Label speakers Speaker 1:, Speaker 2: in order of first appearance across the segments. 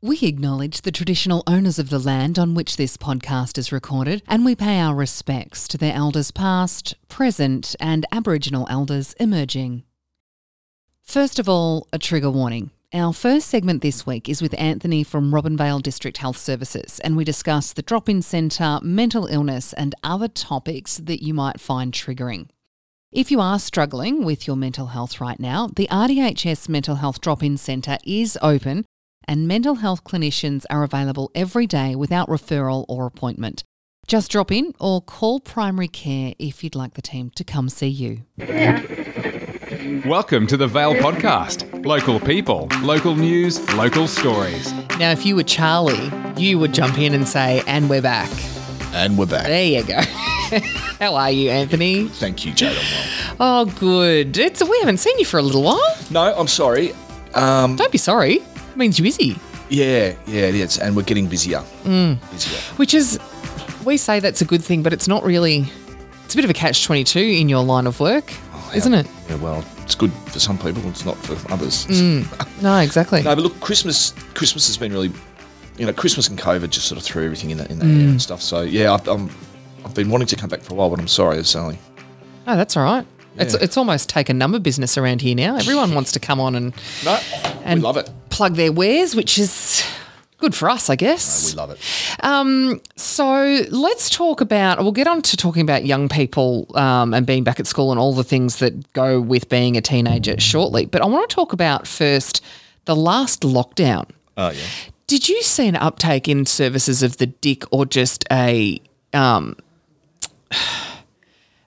Speaker 1: We acknowledge the traditional owners of the land on which this podcast is recorded, and we pay our respects to their elders past, present, and Aboriginal elders emerging. First of all, a trigger warning. Our first segment this week is with Anthony from Robinvale District Health Services, and we discuss the drop in centre, mental illness, and other topics that you might find triggering. If you are struggling with your mental health right now, the RDHS Mental Health Drop In Centre is open and mental health clinicians are available every day without referral or appointment. Just drop in or call primary care if you'd like the team to come see you.
Speaker 2: Welcome to the Vale Podcast. Local people, local news, local stories.
Speaker 1: Now, if you were Charlie, you would jump in and say, and we're back.
Speaker 3: And we're back.
Speaker 1: There you go. How are you, Anthony?
Speaker 3: Thank you, Jade. I'm
Speaker 1: Oh, good. It's we haven't seen you for a little while.
Speaker 3: well. No, I'm sorry.
Speaker 1: Don't be sorry. It means you're busy.
Speaker 3: Yeah, yeah, it is. And we're getting busier.
Speaker 1: Mm.
Speaker 3: Busier.
Speaker 1: Which is, we say that's a good thing, but it's not really. It's a bit of a catch 22 in your line of work, isn't it?
Speaker 3: Oh, Yeah, well, it's good for some people, it's not for others.
Speaker 1: Mm. No, exactly.
Speaker 3: No, but look, Christmas Christmas has been really, you know, Christmas and COVID just sort of threw everything in that, in that air
Speaker 1: Mm.
Speaker 3: and stuff. So, yeah, I've, I'm, I've been wanting to come back for a while, but I'm sorry, it's only.
Speaker 1: Oh, that's all right. It's,
Speaker 3: Yeah.
Speaker 1: it's almost take a number business around here now. Everyone wants to come on and
Speaker 3: No,
Speaker 1: And-
Speaker 3: we love it.
Speaker 1: plug their wares, which is good for us, I
Speaker 3: We
Speaker 1: guess.
Speaker 3: love it.
Speaker 1: Um, so let's talk about, we'll get on to talking about young people um, and being back at school and all the things that go with being a teenager shortly. But I want to talk about first the last lockdown.
Speaker 3: Oh, yeah.
Speaker 1: Did you see an uptake in services of the dick or just a um,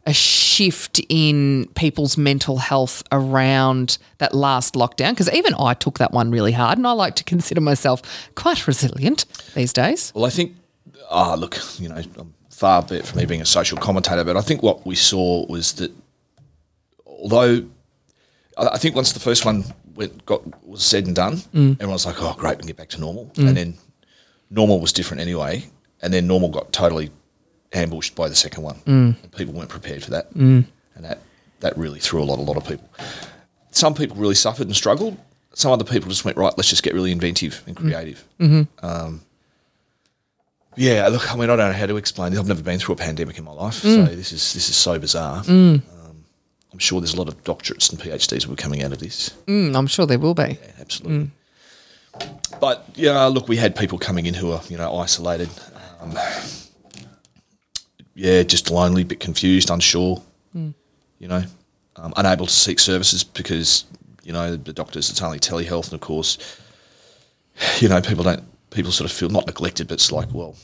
Speaker 1: a shift in people's mental health around that last lockdown? Because even I took that one really hard, and I like to consider myself quite resilient these days.
Speaker 3: Well, I think, ah, look, you know, I'm far be it from me being a social commentator, but I think what we saw was that, although, I I think once the first one went, got was said and done, everyone was like, oh, great, we can get back to normal, and then normal was different anyway, and then normal got totally ambushed by the second one, and people weren't prepared for that, and that that really threw a lot, a lot of people. Some people really suffered and struggled. Some other people just went right. Let's just get really inventive and creative. Yeah, look, I mean, I don't know how to explain this. I've never been through a pandemic in my life,
Speaker 1: Mm.
Speaker 3: so this is this is so bizarre. Um, I'm sure there's a lot of doctorates and PhDs who are coming out of this.
Speaker 1: Mm, I'm sure there will be. Mm.
Speaker 3: Yeah, absolutely. But yeah, look, we had people coming in who are you know isolated. Um, yeah, just lonely, bit confused, unsure.
Speaker 1: Mm.
Speaker 3: You know, um, unable to seek services because you know the doctors. It's only telehealth, and of course, you know people don't. People sort of feel not neglected, but it's like, well,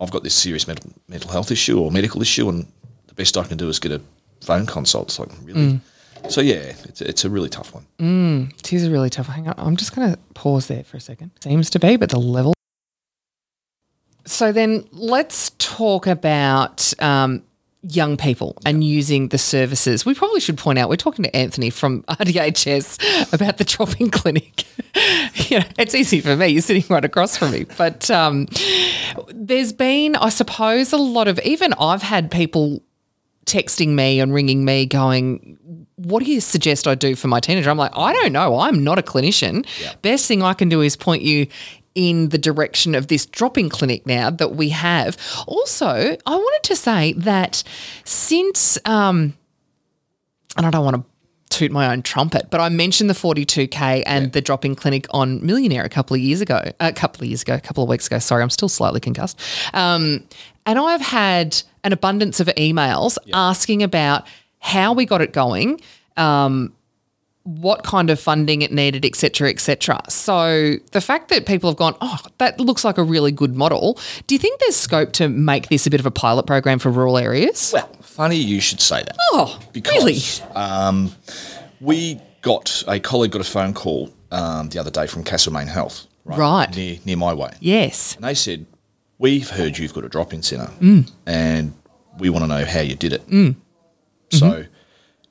Speaker 3: I've got this serious mental mental health issue or medical issue, and the best I can do is get a phone consult. It's like
Speaker 1: Mm.
Speaker 3: really. So yeah, it's, it's a really tough one.
Speaker 1: It is a really tough. Hang on, I'm just going to pause there for a second. Seems to be, but the level. So then, let's talk about um, young people and using the services. We probably should point out we're talking to Anthony from RDHS about the dropping clinic. you know, it's easy for me. You're sitting right across from me, but um, there's been, I suppose, a lot of even I've had people texting me and ringing me going, What do you suggest I do for my teenager? I'm like, I don't know. I'm not a clinician. Best thing I can do is point you in the direction of this dropping clinic now that we have. Also, I wanted to say that since, um, and I don't want to toot my own trumpet, but I mentioned the 42K and the drop-in clinic on Millionaire a couple of years ago, a couple of years ago, a couple of weeks ago. Sorry, I'm still slightly concussed. Um, and I've had an abundance of emails asking about how we got it going, what kind of funding it needed, et cetera, et cetera. So the fact that people have gone, oh, that looks like a really good model. Do you think there's scope to make this a bit of a pilot program for rural areas?
Speaker 3: Well, funny you should say that.
Speaker 1: Oh, really?
Speaker 3: because um, we got a colleague got a phone call um, the other day from Castlemaine Health,
Speaker 1: Right.
Speaker 3: near near my way,
Speaker 1: Yes.
Speaker 3: and they said, "We've heard you've got a drop-in centre,
Speaker 1: Mm.
Speaker 3: and we want to know how you did it." So,
Speaker 1: Mm-hmm.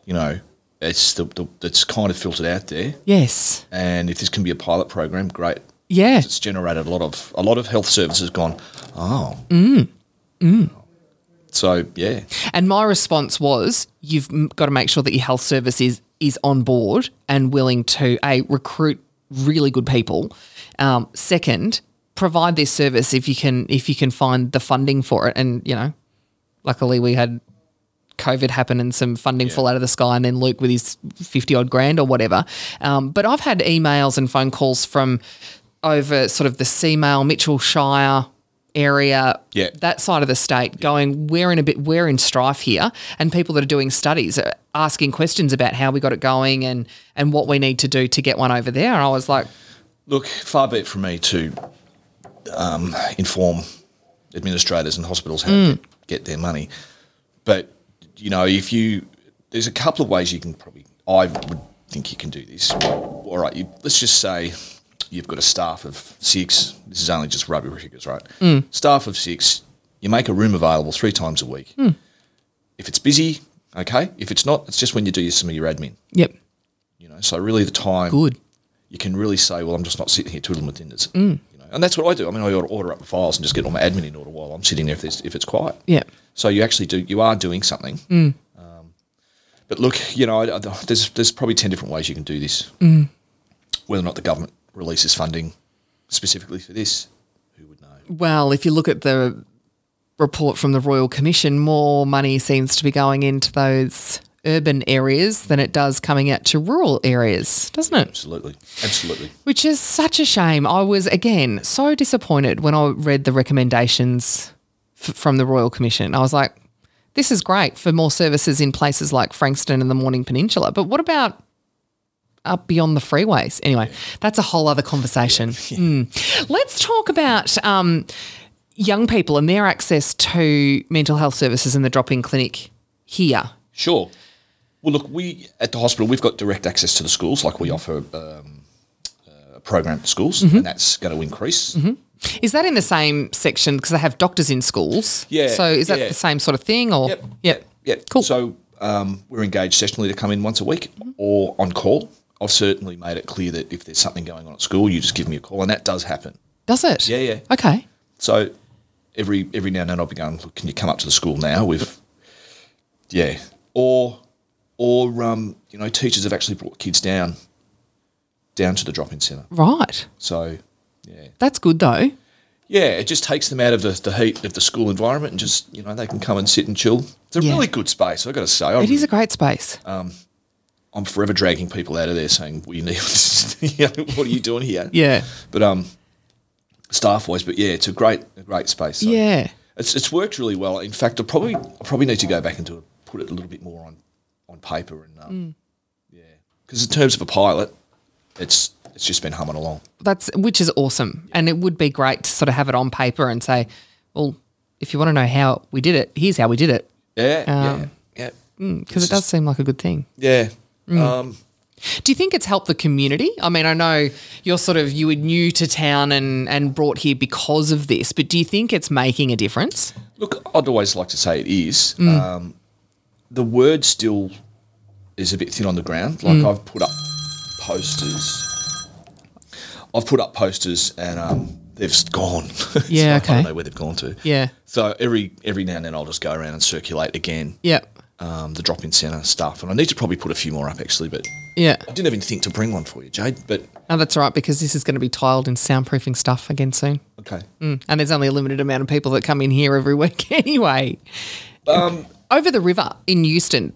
Speaker 3: you know, it's the, the it's kind of filtered out there,
Speaker 1: Yes.
Speaker 3: and if this can be a pilot program, great.
Speaker 1: Yeah.
Speaker 3: It's generated a lot of a lot of health services gone. Oh, so yeah,
Speaker 1: And my response was, you've m- got to make sure that your health service is is on board and willing to a recruit really good people. Um, second, provide this service if you can if you can find the funding for it. And you know, luckily we had COVID happen and some funding fall out of the sky, and then Luke with his 50 odd grand or whatever. Um, but I've had emails and phone calls from over sort of the Seamail, Mitchell Shire area,
Speaker 3: Yeah.
Speaker 1: that side of the state, going, we're in a bit, we're in strife here. And people that are doing studies are asking questions about how we got it going and, and what we need to do to get one over there. And I was like,
Speaker 3: Look, far be it from me to um, inform administrators and hospitals how to get their money. But, you know, if you, there's a couple of ways you can probably, I would think you can do this. All right, you, let's just say you've got a staff of six. This is only just rugby figures, right? Staff of six. You make a room available three times a week. If it's busy, okay. If it's not, it's just when you do your- some of your admin.
Speaker 1: yep,
Speaker 3: You know, so really the time
Speaker 1: good.
Speaker 3: you can really say, well, I'm just not sitting here twiddling my fingers. Mm. You know, and that's what I do. I mean, I order- order up the files and just get all my admin in order while I'm sitting there if, there's, if it's quiet.
Speaker 1: Yep.
Speaker 3: So you actually do, you are doing something. Um, but look, you know, I, I- there's there's probably ten different ways you can do this. Whether or not the government releases funding specifically for this, who would know?
Speaker 1: Well, if you look at the report from the Royal Commission, more money seems to be going into those urban areas than it does coming out to rural areas, doesn't it?
Speaker 3: Absolutely, absolutely.
Speaker 1: Which is such a shame. I was, again, so disappointed when I read the recommendations f- from the Royal Commission. I was like, this is great for more services in places like Frankston and the Morning Peninsula, but what about up beyond the freeways? Anyway, that's a whole other conversation. Mm. Let's talk about um, young people and their access to mental health services in the drop in clinic here.
Speaker 3: Sure. Well, look, we at the hospital we've got direct access to the schools, like we offer um, a program at schools, and that's going to increase.
Speaker 1: Is that in the same section? Because they have doctors in schools.
Speaker 3: Yeah,
Speaker 1: So is that
Speaker 3: yeah.
Speaker 1: the same sort of thing? Or
Speaker 3: Yep.
Speaker 1: Yep.
Speaker 3: Yep.
Speaker 1: Cool. Mm-hmm.
Speaker 3: So um, we're engaged sessionally to come in once a week or on call. I've certainly made it clear that if there's something going on at school, you just give me a call, and that does happen.
Speaker 1: Does it?
Speaker 3: Yeah, yeah.
Speaker 1: Okay.
Speaker 3: So every every now and then I'll be going, look, can you come up to the school now? We've yeah, or or um, you know, teachers have actually brought kids down down to the drop-in centre.
Speaker 1: Right.
Speaker 3: So yeah,
Speaker 1: That's good though.
Speaker 3: yeah, it just takes them out of the, the heat of the school environment, and just you know, they can come and sit and chill. It's a
Speaker 1: Yeah.
Speaker 3: really good space. I've got to say, I
Speaker 1: It
Speaker 3: really
Speaker 1: is a great space.
Speaker 3: Uh, I'm forever dragging people out of there saying, "We need you know, what are you doing here?"
Speaker 1: yeah.
Speaker 3: But um, staff wise, but yeah, it's a great, a great space. So
Speaker 1: Yeah.
Speaker 3: it's it's worked really well. In fact, I probably I probably need to go back and do it, put it a little bit more on on paper and um,
Speaker 1: Mm.
Speaker 3: yeah, because in terms of a pilot, it's it's just been humming along.
Speaker 1: That's which is awesome. And it would be great to sort of have it on paper and say, well, if you want to know how we did it, here's how we did it.
Speaker 3: Yeah,
Speaker 1: Um,
Speaker 3: yeah, yeah,
Speaker 1: Because it
Speaker 3: It's
Speaker 1: does
Speaker 3: just-
Speaker 1: seem like a good thing.
Speaker 3: yeah.
Speaker 1: Mm.
Speaker 3: Um,
Speaker 1: Do you think it's helped the community? I mean, I know you're sort of you were new to town and and brought here because of this, but do you think it's making a difference?
Speaker 3: Look, I'd always like to say it is.
Speaker 1: Mm.
Speaker 3: Um, the word still is a bit thin on the ground. Like
Speaker 1: Mm.
Speaker 3: I've put up posters. I've put up posters and um, they've s- gone. So
Speaker 1: Yeah,
Speaker 3: I
Speaker 1: okay.
Speaker 3: don't know where they've gone to.
Speaker 1: Yeah.
Speaker 3: So every every now and then I'll just go around and circulate again
Speaker 1: Yeah.
Speaker 3: um, the drop in centre stuff. And I need to probably put a few more up actually, but
Speaker 1: Yeah.
Speaker 3: I didn't even think to bring one for you, Jade. But
Speaker 1: Oh, that's all right because this is going to be tiled and soundproofing stuff again soon.
Speaker 3: okay.
Speaker 1: Mm. And there's only a limited amount of people that come in here every week anyway.
Speaker 3: Um,
Speaker 1: Over the river in Euston,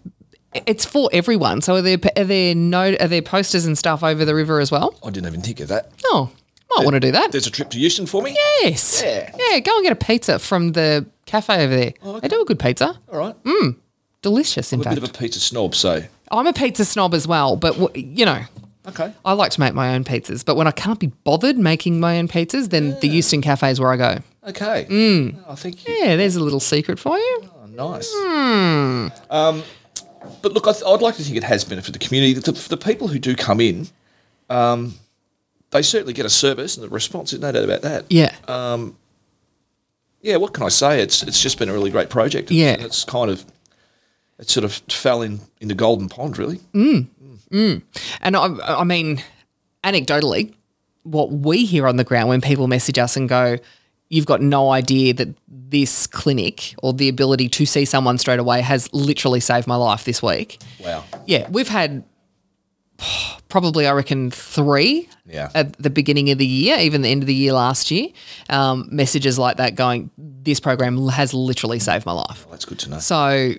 Speaker 1: it's for everyone. So are there are there no are there posters and stuff over the river as well?
Speaker 3: I didn't even think of that.
Speaker 1: Oh, might want to do that.
Speaker 3: There's a trip to Houston for me.
Speaker 1: Yes.
Speaker 3: Yeah.
Speaker 1: Yeah. Go and get a pizza from the cafe over there. They do a good pizza.
Speaker 3: All right.
Speaker 1: Mm. Delicious, in
Speaker 3: I'm Oh, a
Speaker 1: fact.
Speaker 3: bit of a pizza snob, so
Speaker 1: I'm a pizza snob as well, but w- you know,
Speaker 3: okay.
Speaker 1: I like to make my own pizzas. But when I can't be bothered making my own pizzas, then the Euston Cafe is where I go.
Speaker 3: Okay.
Speaker 1: Mm.
Speaker 3: Oh, thank you.
Speaker 1: Yeah, there's a little secret for you.
Speaker 3: Oh, nice.
Speaker 1: Hmm.
Speaker 3: Um, but look, I th- I'd like to think it has benefited the community. The, the people who do come in, um, they certainly get a service and the response is no doubt about that.
Speaker 1: Yeah.
Speaker 3: Yeah, what can I say? It's it's just been a really great project. It's-
Speaker 1: Yeah.
Speaker 3: and it's kind of it sort of fell in in the golden pond, really.
Speaker 1: Mm. And I, I mean, anecdotally, what we hear on the ground when people message us and go, You've got no idea that this clinic or the ability to see someone straight away has literally saved my life this week.
Speaker 3: Wow.
Speaker 1: Yeah, we've had probably I reckon three
Speaker 3: Yeah.
Speaker 1: at the beginning of the year, even the end of the year last year. Um, messages like that going, this program has literally saved my life.
Speaker 3: That's good to know.
Speaker 1: So,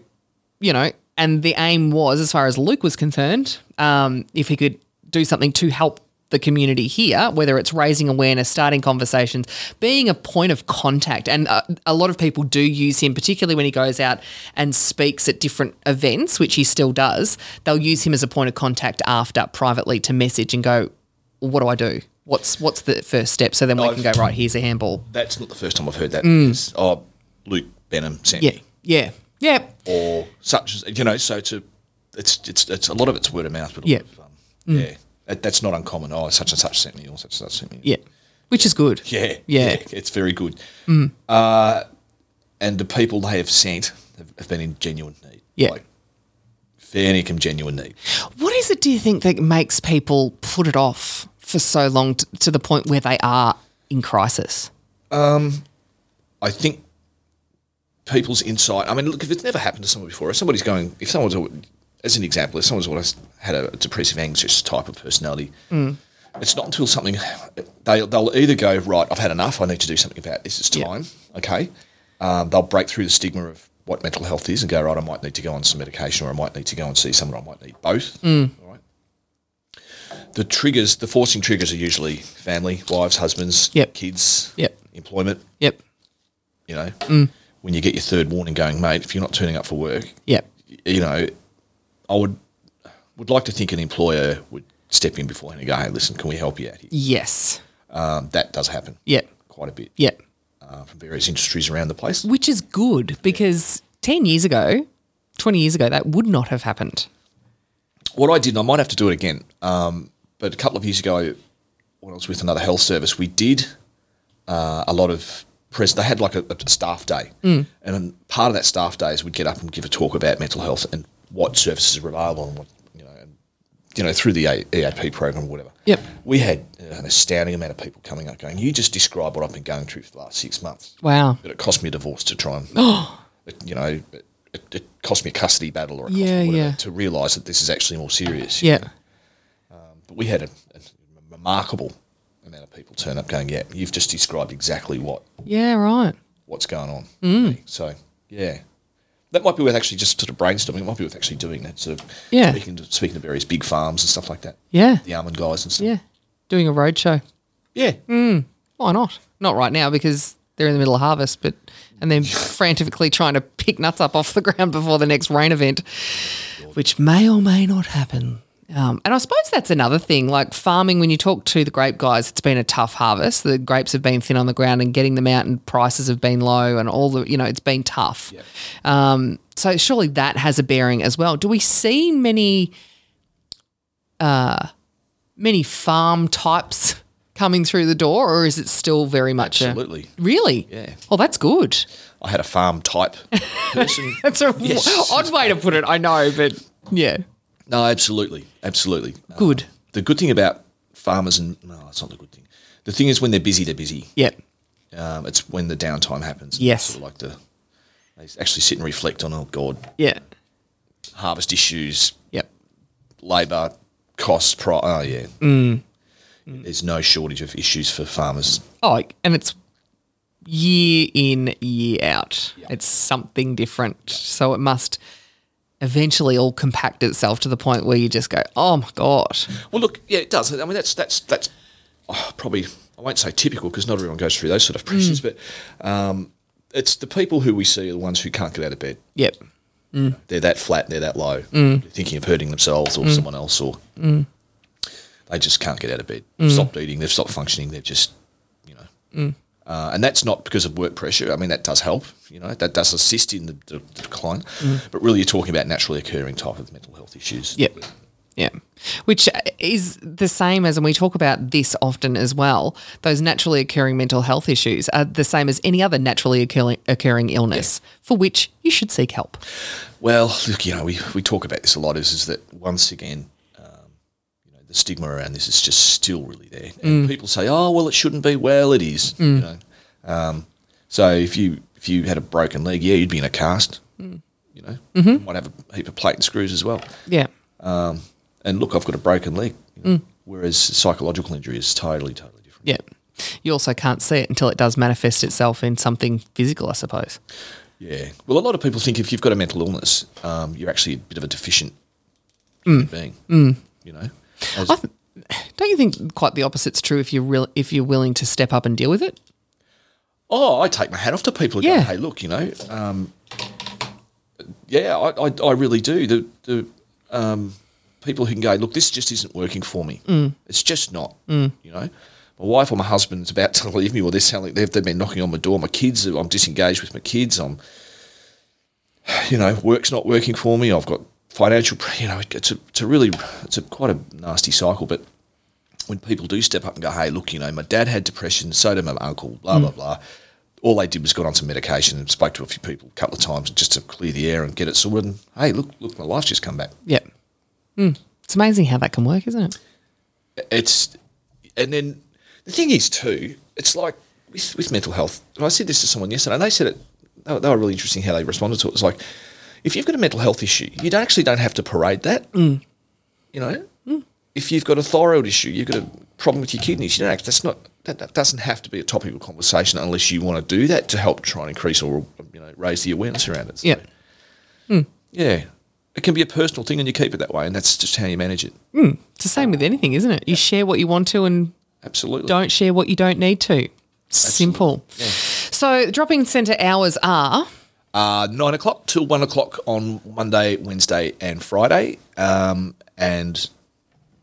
Speaker 1: you know, and the aim was, as far as Luke was concerned, um, if he could do something to help the community here, whether it's raising awareness, starting conversations, being a point of contact. And a, a lot of people do use him, particularly when he goes out and speaks at different events, which he still does. They'll use him as a point of contact after privately to message and go, what do I do? What's what's the first step? So then we can go, right, here's a handball.
Speaker 3: That's not the first time I've heard that. It's, Oh, Luke Benham sent
Speaker 1: Mm. Yeah.
Speaker 3: me,
Speaker 1: Yeah. Yeah.
Speaker 3: or such as you know. So to it's it's it's a lot of it's word of mouth, but a
Speaker 1: Yeah. Mm.
Speaker 3: lot of, um, yeah, that, that's not uncommon. Oh, such and such sent me, or such and such sent me.
Speaker 1: Yeah. Which is good.
Speaker 3: Yeah,
Speaker 1: Yeah. Mm.
Speaker 3: it's very good. Uh, and the people they have sent have, have been in genuine need.
Speaker 1: Yeah.
Speaker 3: fair income, genuine need.
Speaker 1: What is it, do you think, that makes people put it off for so long t- to the point where they are in crisis?
Speaker 3: I think people's insight. I mean, look, if it's never happened to someone before, if somebody's going, if someone's, al- as an example, if someone's always had a depressive, anxious type of personality,
Speaker 1: Mm.
Speaker 3: it's not until something they they'll either go right, I've had enough, I need to do something about this. It's
Speaker 1: Yeah.
Speaker 3: time, okay. Um, they'll break through the stigma of what mental health is and go right, I might need to go on some medication, or I might need to go and see someone, or I might need both.
Speaker 1: Mm.
Speaker 3: All right. The triggers, the forcing triggers are usually family, wives, husbands,
Speaker 1: Yep.
Speaker 3: kids,
Speaker 1: Yep.
Speaker 3: employment,
Speaker 1: Yep.
Speaker 3: you know, when you get your third warning going, mate, if you're not turning up for work,
Speaker 1: Yep.
Speaker 3: y- you know, I would would like to think an employer would step in beforehand and go, hey, listen, can we help you out here?
Speaker 1: Yes.
Speaker 3: Um, that does happen.
Speaker 1: Yep.
Speaker 3: Quite a bit
Speaker 1: Yep.
Speaker 3: uh, from various industries around the place.
Speaker 1: Which is good because 10 years ago, 20 years ago, that would not have happened.
Speaker 3: What I did, and I might have to do it again, um, but a couple of years ago, when I was with another health service, we did uh, a lot of press. They had like a, a staff day, and then part of that staff day is we'd get up and give a talk about mental health and what services are available and what you know, and, you know, through the A- EAP program or whatever.
Speaker 1: Yep.
Speaker 3: we had uh, an astounding amount of people coming up going, "You just describe what I've been going through for the last six months."
Speaker 1: Wow.
Speaker 3: But it cost me a divorce to try and,
Speaker 1: Oh.
Speaker 3: it, you know, it, it cost me a custody battle or it cost
Speaker 1: Yeah,
Speaker 3: me whatever
Speaker 1: yeah.
Speaker 3: to realise that this is actually more serious. you
Speaker 1: Yep.
Speaker 3: know. But we had a, a remarkable amount of people turn up going, yeah, you've just described exactly what
Speaker 1: Yeah, right.
Speaker 3: what's going on.
Speaker 1: Mm.
Speaker 3: So, yeah. That might be worth actually just sort of brainstorming. It might be worth actually doing that, sort of
Speaker 1: Yeah.
Speaker 3: speaking, to, speaking to various big farms and stuff like that.
Speaker 1: Yeah.
Speaker 3: The almond guys and stuff.
Speaker 1: Yeah. Doing a roadshow.
Speaker 3: Yeah.
Speaker 1: Why not? Not right now because they're in the middle of harvest, but and then frantically trying to pick nuts up off the ground before the next rain event, which may or may not happen. Um, and I suppose that's another thing, like farming. When you talk to the grape guys, it's been a tough harvest. The grapes have been thin on the ground, and getting them out, and prices have been low, and all the you know, it's been tough. Um, so surely that has a bearing as well. Do we see many? uh, many farm types coming through the door, or is it still very much a-
Speaker 3: Absolutely.
Speaker 1: really?
Speaker 3: Yeah.
Speaker 1: Well, that's good.
Speaker 3: I had a farm type person.
Speaker 1: That's a w-
Speaker 3: Yes.
Speaker 1: odd way to put it. I know, but yeah,
Speaker 3: No, absolutely, absolutely. Uh,
Speaker 1: Good.
Speaker 3: the good thing about farmers and no, that's not the good thing. The thing is when they're busy, they're busy.
Speaker 1: yeah,
Speaker 3: Um, it's when the downtime happens.
Speaker 1: Yes.
Speaker 3: sort of like the they actually sit and reflect on oh god,
Speaker 1: yeah,
Speaker 3: harvest issues,
Speaker 1: yep,
Speaker 3: labour costs, pri- oh yeah. Mm. There's no shortage of issues for farmers.
Speaker 1: Oh, like- and it's year in year out. It's something different, so it must eventually all compact itself to the point where you just go, oh my god,
Speaker 3: Well, look, yeah, it does. I mean, that's that's that's oh, probably I won't say typical because not everyone goes through those sort of pressures, but um, it's the people who we see are the ones who can't get out of bed.
Speaker 1: yep,
Speaker 3: they're that flat and they're that low, They're thinking of hurting themselves or someone else, or they just can't get out of bed. They've stopped eating, they've stopped functioning, they've just, you know. Uh, and that's not because of work pressure. I mean, that does help, you know, that does assist in the, the, the decline. But really, you're talking about naturally occurring type of mental health issues.
Speaker 1: Yep. Yeah. Which is the same as, and we talk about this often as well, those naturally occurring mental health issues are the same as any other naturally occurring, occurring illness for which you should seek help.
Speaker 3: Well, look, you know, we, we talk about this a lot. Is, is that once again, um, you know, the stigma around this is just still really there, and people say, "Oh, well, it shouldn't be." Well, it is. You know, um, so if you if you had a broken leg, yeah, you'd be in a cast. You know, might have a heap of plate and screws as well.
Speaker 1: Yeah.
Speaker 3: and look, I've got a broken leg. you know. Whereas psychological injury is totally, totally different.
Speaker 1: Yeah. You also can't see it until it does manifest itself in something physical, I suppose.
Speaker 3: Yeah. Well, a lot of people think if you've got a mental illness, um, you're actually a bit of a deficient human being. You know, As-
Speaker 1: I th- don't you think quite the opposite's true if you're real, if you're willing to step up and deal with it?
Speaker 3: oh, I take my hat off to people. who go,
Speaker 1: Yeah.
Speaker 3: hey, look, you know, um, yeah, I, I, I really do. The the um, people who can go, look, this just isn't working for me. It's just not. You know, my wife or my husband's about to leave me, or they're sounding they've, they've been knocking on my door. My kids, I'm disengaged with my kids. I'm, you know, work's not working for me. I've got financial, you know, it's a, it's a really, it's a quite a nasty cycle, but. when people do step up and go, hey, look, you know, my dad had depression, so did my uncle, blah, blah, blah. All they did was got on some medication and spoke to a few people a couple of times just to clear the air and get it sorted. And, hey, look, look, my life's just come back.
Speaker 1: Yeah. Mm. It's amazing how that can work, isn't it?
Speaker 3: It's, and then the thing is, too, it's like with, with mental health. And I said this to someone yesterday, and they said it, they were- they were really interesting how they responded to it. It's like, if you've got a mental health issue, you don't actually don't have to parade that.
Speaker 1: Mm.
Speaker 3: You know, if you've got a thyroid issue, you've got a problem with your kidneys, you don't act, that's not that, that doesn't have to be a topic of conversation unless you want to do that to help try and increase or you know raise the awareness around it. So,
Speaker 1: Yeah. Mm.
Speaker 3: yeah, it can be a personal thing, and you keep it that way, and that's just how you manage it.
Speaker 1: It's the same with anything, isn't it? You share what you want to and
Speaker 3: Absolutely.
Speaker 1: don't share what you don't need to. Simple. So, dropping centre hours are
Speaker 3: uh, nine o'clock till one o'clock on Monday, Wednesday, and Friday, um, and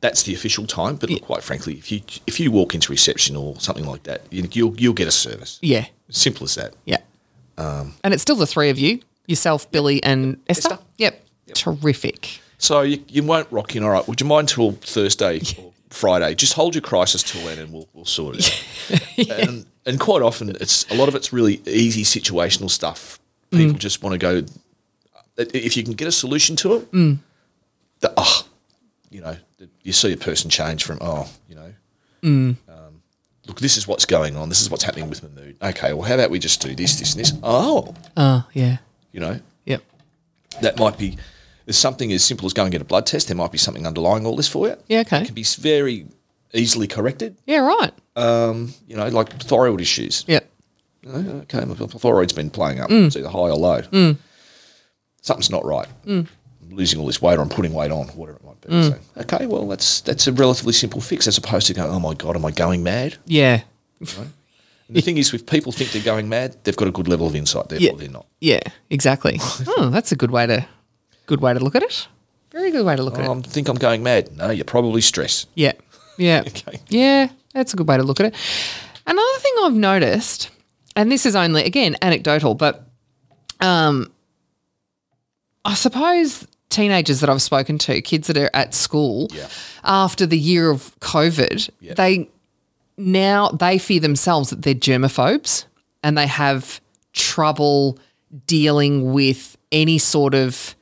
Speaker 3: that's the official time. But quite frankly, if you if you walk into reception or something like that, you, you'll you'll get a service.
Speaker 1: yeah,
Speaker 3: Simple as that.
Speaker 1: yeah, and it's still the three of you: yourself, Billy, and Esther.
Speaker 3: Esther.
Speaker 1: Yep. terrific.
Speaker 3: So you, you won't rock in. All right. Would you mind till Thursday or Friday? Just hold your crisis till then, and we'll, we'll sort it. out. and, and quite often, it's a lot of it's really easy situational stuff. People just want to go. If you can get a solution to it, the, oh, you know, the- you see a person change from oh, you know, um, look, this is what's going on. This is what's happening with my mood. Okay. Well, how about we just do this, this, and this? Oh,
Speaker 1: Oh yeah,
Speaker 3: you know,
Speaker 1: yep,
Speaker 3: that might be there's something as simple as going and get a blood test. There might be something underlying all this for you.
Speaker 1: Yeah, okay.
Speaker 3: It can be s- very easily corrected.
Speaker 1: yeah, right,
Speaker 3: You know, like thyroid issues.
Speaker 1: yep,
Speaker 3: You know, okay, my my thyroid's been playing up.
Speaker 1: Mm.
Speaker 3: It's either high or low. Something's not right.
Speaker 1: Mm.
Speaker 3: I'm losing all this weight, or I'm putting weight on, whatever it might be. So, okay, well that's that's a relatively simple fix as opposed to going, oh my god, am I going mad?
Speaker 1: yeah,
Speaker 3: And the thing is, if people think they're going mad, they've got a good level of insight. Therefore,
Speaker 1: Yeah.
Speaker 3: they're not.
Speaker 1: yeah, exactly. oh, that's a good way to good way to look at it. Very good way to look at it.
Speaker 3: Oh, I think I'm going mad. No, you're probably stressed.
Speaker 1: Yeah. Yeah.
Speaker 3: Okay.
Speaker 1: Yeah. That's a good way to look at it. Another thing I've noticed, and this is only, again, anecdotal, but um, I suppose teenagers that I've spoken to, kids that are at school,
Speaker 3: Yeah.
Speaker 1: after the year of COVID,
Speaker 3: Yeah.
Speaker 1: they now they fear themselves that they're germaphobes and they have trouble dealing with any sort of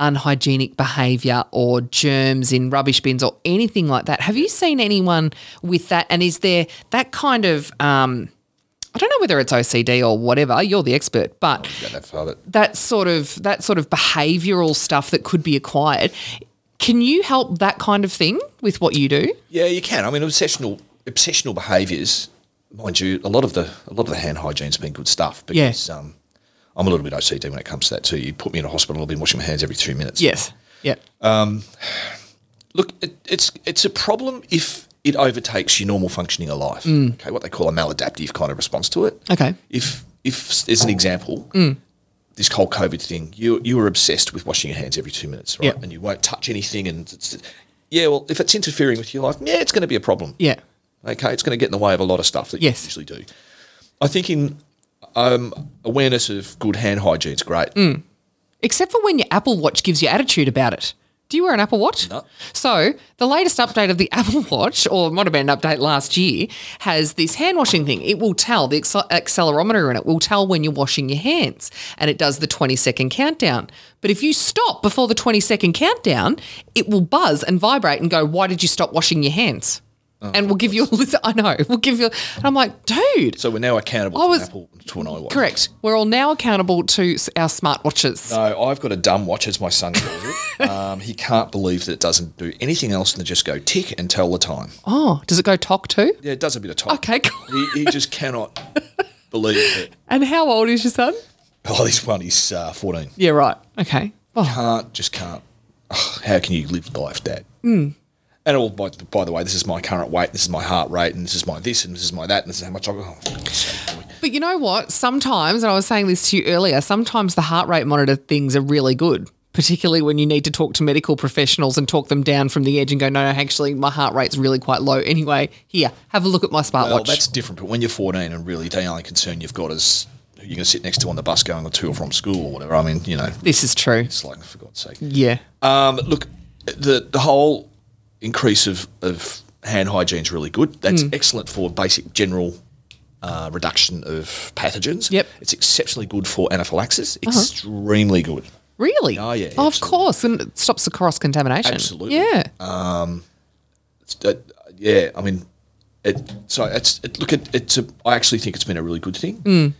Speaker 1: unhygienic behavior or germs in rubbish bins or anything like that. Have you seen anyone with that? And is there that kind of um, I don't know whether it's OCD or whatever. You're the expert, but
Speaker 3: Go that far. That
Speaker 1: that sort of that sort of behavioural stuff that could be acquired. Can you help that kind of thing with what you do?
Speaker 3: Yeah, you can. I mean, obsessional obsessional behaviours, mind you, a lot of the a lot of the hand hygiene's been good stuff because um, I'm a little bit OCD when it comes to that too. You put me in a hospital, I'll be washing my hands every three minutes.
Speaker 1: Yes. Yep.
Speaker 3: Look, it, it's it's a problem if it overtakes your normal functioning of life. Okay, what they call a maladaptive kind of response to it.
Speaker 1: Mm. Okay. Mm.
Speaker 3: If if as an example, this whole COVID thing, you you were obsessed with washing your hands every two minutes, right?
Speaker 1: Yeah.
Speaker 3: And you won't touch anything, and it's, yeah, well, if it's interfering with your life, yeah, it's going to be a problem.
Speaker 1: Yeah.
Speaker 3: Okay, it's going to get in the way of a lot of stuff that
Speaker 1: Yes.
Speaker 3: you usually do. I think in um, awareness of good hand hygiene is great.
Speaker 1: Mm. Except for when your Apple Watch gives you attitude about it. Do you wear an Apple Watch?
Speaker 3: No.
Speaker 1: So the latest update of the Apple Watch, or it might have been an update last year, has this hand washing thing. It will tell the accel- accelerometer in it will tell when you're washing your hands, and it does the 20 second countdown. But if you stop before the 20 second countdown, it will buzz and vibrate and go, "Why did you stop washing your hands?"
Speaker 3: Oh,
Speaker 1: and we'll give you a list. I know. We'll give you. And I'm like, dude.
Speaker 3: So we're now accountable
Speaker 1: I
Speaker 3: to
Speaker 1: was-
Speaker 3: an Apple to an iWatch.
Speaker 1: Correct. We're all now accountable to s- our smartwatches.
Speaker 3: No, I've got a dumb watch, as my son calls it. um, he can't believe that it doesn't do anything else than just go tick and tell the time.
Speaker 1: Oh, does it go talk too?
Speaker 3: Yeah, it does a bit of time.
Speaker 1: Okay, cool.
Speaker 3: He, he just cannot believe it.
Speaker 1: And how old is your son?
Speaker 3: Oh, this one, he's uh, 14.
Speaker 1: Yeah, right. Okay. Oh,
Speaker 3: Can't, just can't. Ugh, how can you live life, Dad? And all, by, by the way, this is my current weight, this is my heart rate, and this is my this, and this is my that, and this is how much I Oh, go.
Speaker 1: but you know what? Sometimes, and I was saying this to you earlier, sometimes the heart rate monitor things are really good, particularly when you need to talk to medical professionals and talk them down from the edge and go, no, no, actually, my heart rate's really quite low. Anyway, here, have a look at my
Speaker 3: Well,
Speaker 1: smartwatch.
Speaker 3: that's different, but when you're 14 and really the only concern you've got is who you're going to sit next to on the bus going to or from school or whatever. I mean, you know,
Speaker 1: this is true.
Speaker 3: it's like, for God's sake.
Speaker 1: Yeah.
Speaker 3: Um, look, the the whole increase of, of hand hygiene is really good. That's excellent for basic general uh, reduction of pathogens.
Speaker 1: Yep.
Speaker 3: It's exceptionally good for anaphylaxis. Extremely good.
Speaker 1: Really?
Speaker 3: Oh, yeah,
Speaker 1: of
Speaker 3: absolutely.
Speaker 1: course. And it stops the cross contamination.
Speaker 3: Absolutely. Uh,
Speaker 1: Yeah.
Speaker 3: It's- that- yeah, I mean, it, so it's it, look. It, it's a, I actually think it's been a really good thing.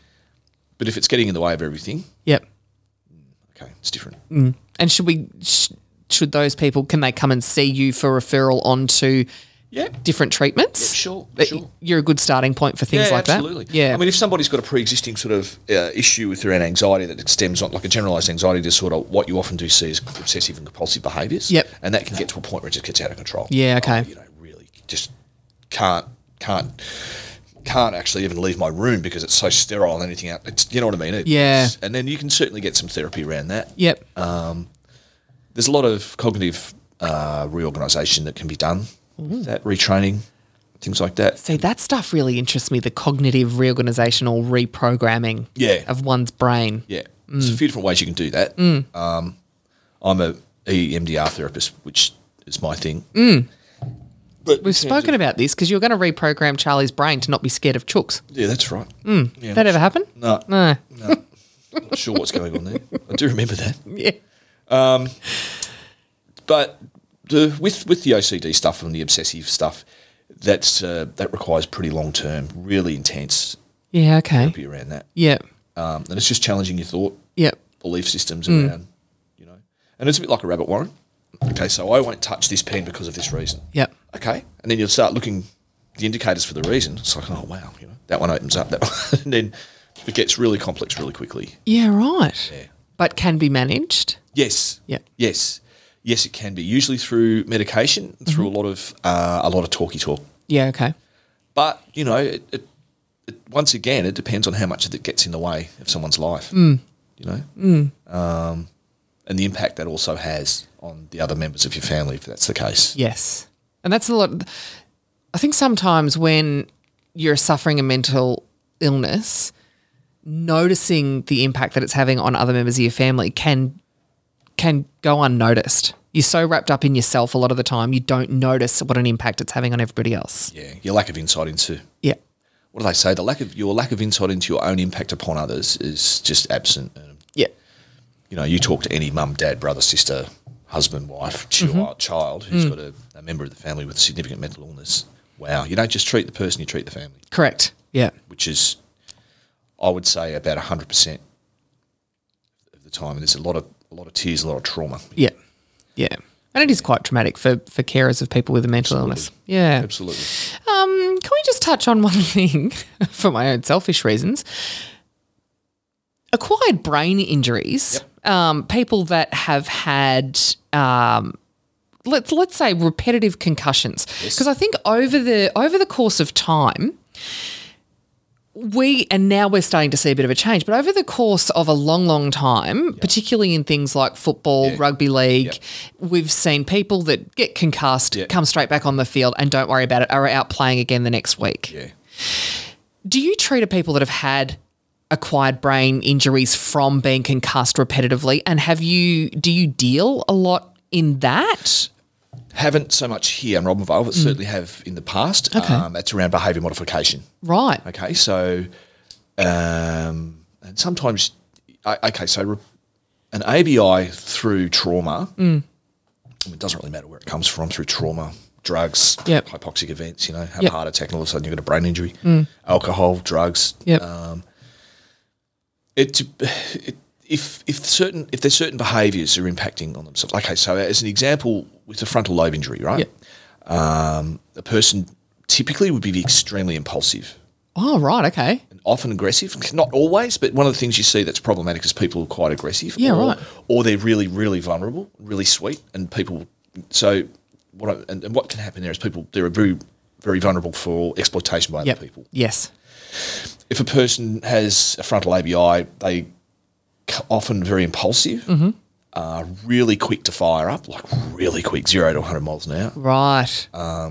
Speaker 3: But if it's getting in the way of everything,
Speaker 1: yep.
Speaker 3: okay, it's different.
Speaker 1: And should we, sh- should those people, can they come and see you for referral onto
Speaker 3: Yeah.
Speaker 1: different treatments?
Speaker 3: sure,
Speaker 1: That
Speaker 3: sure.
Speaker 1: You're a good starting point for things
Speaker 3: yeah,
Speaker 1: like
Speaker 3: absolutely.
Speaker 1: that. Yeah.
Speaker 3: I mean, if somebody's got a pre-existing sort of uh, issue with their own anxiety that stems on like a generalised anxiety disorder, what you often do see is obsessive and compulsive behaviours.
Speaker 1: Yep.
Speaker 3: And that can get to a point where it just gets out of control.
Speaker 1: Yeah, okay.
Speaker 3: Oh, you know, really, just can't, can't, can't actually even leave my room because it's so sterile and anything out. It's, you know what I mean? It's-
Speaker 1: Yeah.
Speaker 3: And then you can certainly get some therapy around that
Speaker 1: yep.
Speaker 3: uh, there's a lot of cognitive uh, reorganization that can be done with that retraining things like that
Speaker 1: See, that stuff really interests me the cognitive reorganization or reprogramming
Speaker 3: Yeah.
Speaker 1: of one's brain.
Speaker 3: yeah there's a few different ways you can do that
Speaker 1: Mm.
Speaker 3: um, i'm a E emdr therapist which is my thing but
Speaker 1: Mm. We've spoken about this because you're going to reprogram Charlie's brain to not be scared of chooks.
Speaker 3: yeah that's right yeah,
Speaker 1: Did that ever happen?
Speaker 3: no
Speaker 1: Mm. No.
Speaker 3: not sure what's going on there i do remember that
Speaker 1: Yeah.
Speaker 3: but the, with with the OCD stuff and the obsessive stuff, that's uh, that requires pretty long term, really intense
Speaker 1: Yeah, okay.
Speaker 3: therapy around that,
Speaker 1: Yep.
Speaker 3: um, and it's just challenging your thought
Speaker 1: Yep.
Speaker 3: belief systems
Speaker 1: Mm.
Speaker 3: around, you know. And it's a bit like a rabbit warren. Okay, so I won't touch this pen because of this reason.
Speaker 1: Yep.
Speaker 3: Okay, and then you'll start looking the indicators for the reason. It's like, oh wow, you know, that one opens up, that one, and then it gets really complex really quickly.
Speaker 1: Yeah, right.
Speaker 3: Yeah.
Speaker 1: But can be managed.
Speaker 3: Yes.
Speaker 1: Yeah.
Speaker 3: Yes. Yes, it can be usually through medication, through a lot of uh, a lot of talky talk.
Speaker 1: Yeah, okay.
Speaker 3: But you know, it, it, it, once again, it depends on how much of it gets in the way of someone's life. You know, um, and the impact that also has on the other members of your family, if that's the case.
Speaker 1: Yes. And that's a lot. I think sometimes when you're suffering a mental illness, noticing the impact that it's having on other members of your family can can go unnoticed. You're so wrapped up in yourself a lot of the time, you don't notice what an impact it's having on everybody else.
Speaker 3: Yeah, your lack of insight into
Speaker 1: Yeah.
Speaker 3: what do they say? The lack of your lack of insight into your own impact upon others is just absent. And,
Speaker 1: Yeah.
Speaker 3: you know, you talk to any mum, dad, brother, sister, husband, wife, child, child who's got a, a member of the family with a significant mental illness. Wow, you don't just treat the person; you treat the family.
Speaker 1: Correct. Yeah.
Speaker 3: which is, I would say, about hundred percent of the time. And there's a lot of a lot of tears, a lot of trauma.
Speaker 1: Yeah. Yeah. And it is quite traumatic for, for carers of people with a mental illness. Yeah.
Speaker 3: Absolutely.
Speaker 1: Um, can we just touch on one thing for my own selfish reasons? Acquired brain injuries, um, people that have had um, let's let's say repetitive concussions, because I think over the over the course of time, we and now we're starting to see a bit of a change. But over the course of a long, long time, particularly in things like football, rugby league, we've seen people that get concussed,
Speaker 3: Yeah.
Speaker 1: come straight back on the field, and don't worry about it, are out playing again the next week.
Speaker 3: Yeah.
Speaker 1: Do you treat a people that have had acquired brain injuries from being concussed repetitively, and have you do you deal a lot in that?
Speaker 3: Haven't so much here in Robinvale, but certainly have in the past. Mm. Okay. Um, that's around behaviour modification.
Speaker 1: Right.
Speaker 3: Okay, so um, and sometimes, I- okay, so re- an
Speaker 1: Mm.
Speaker 3: ABI through trauma. It doesn't really matter where it comes from through trauma, drugs,
Speaker 1: Yep.
Speaker 3: hypoxic events, you know, have
Speaker 1: Yep. Mm.
Speaker 3: a heart attack and all of a sudden you've got a brain injury, alcohol, drugs.
Speaker 1: Yep.
Speaker 3: Um, it, it, if, if, certain, if there's certain behaviours are impacting on themselves. Okay, so as an example, with a frontal lobe injury, right?
Speaker 1: Yep.
Speaker 3: Um, a person typically would be extremely impulsive
Speaker 1: Oh, right. Okay.
Speaker 3: and often aggressive. Not always, but one of the things you see that's problematic is people are quite aggressive.
Speaker 1: Yeah,
Speaker 3: or,
Speaker 1: right.
Speaker 3: Or they're really, really vulnerable, really sweet, and people. So what I, and, and what can happen there is people they're very, very vulnerable for exploitation by
Speaker 1: Yep.
Speaker 3: other people.
Speaker 1: Yes.
Speaker 3: If a person has a frontal ABI, they c- often very impulsive.
Speaker 1: Mm-hmm.
Speaker 3: Uh, really quick to fire up, like really quick, zero to 100 miles an hour.
Speaker 1: Right.
Speaker 3: Uh,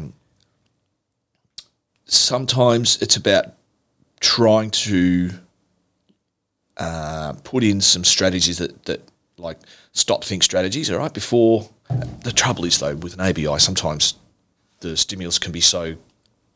Speaker 3: sometimes it's about trying to uh, put in some strategies that, that like stop think strategies. All right, before the trouble is though with an ABI, sometimes the stimulus can be so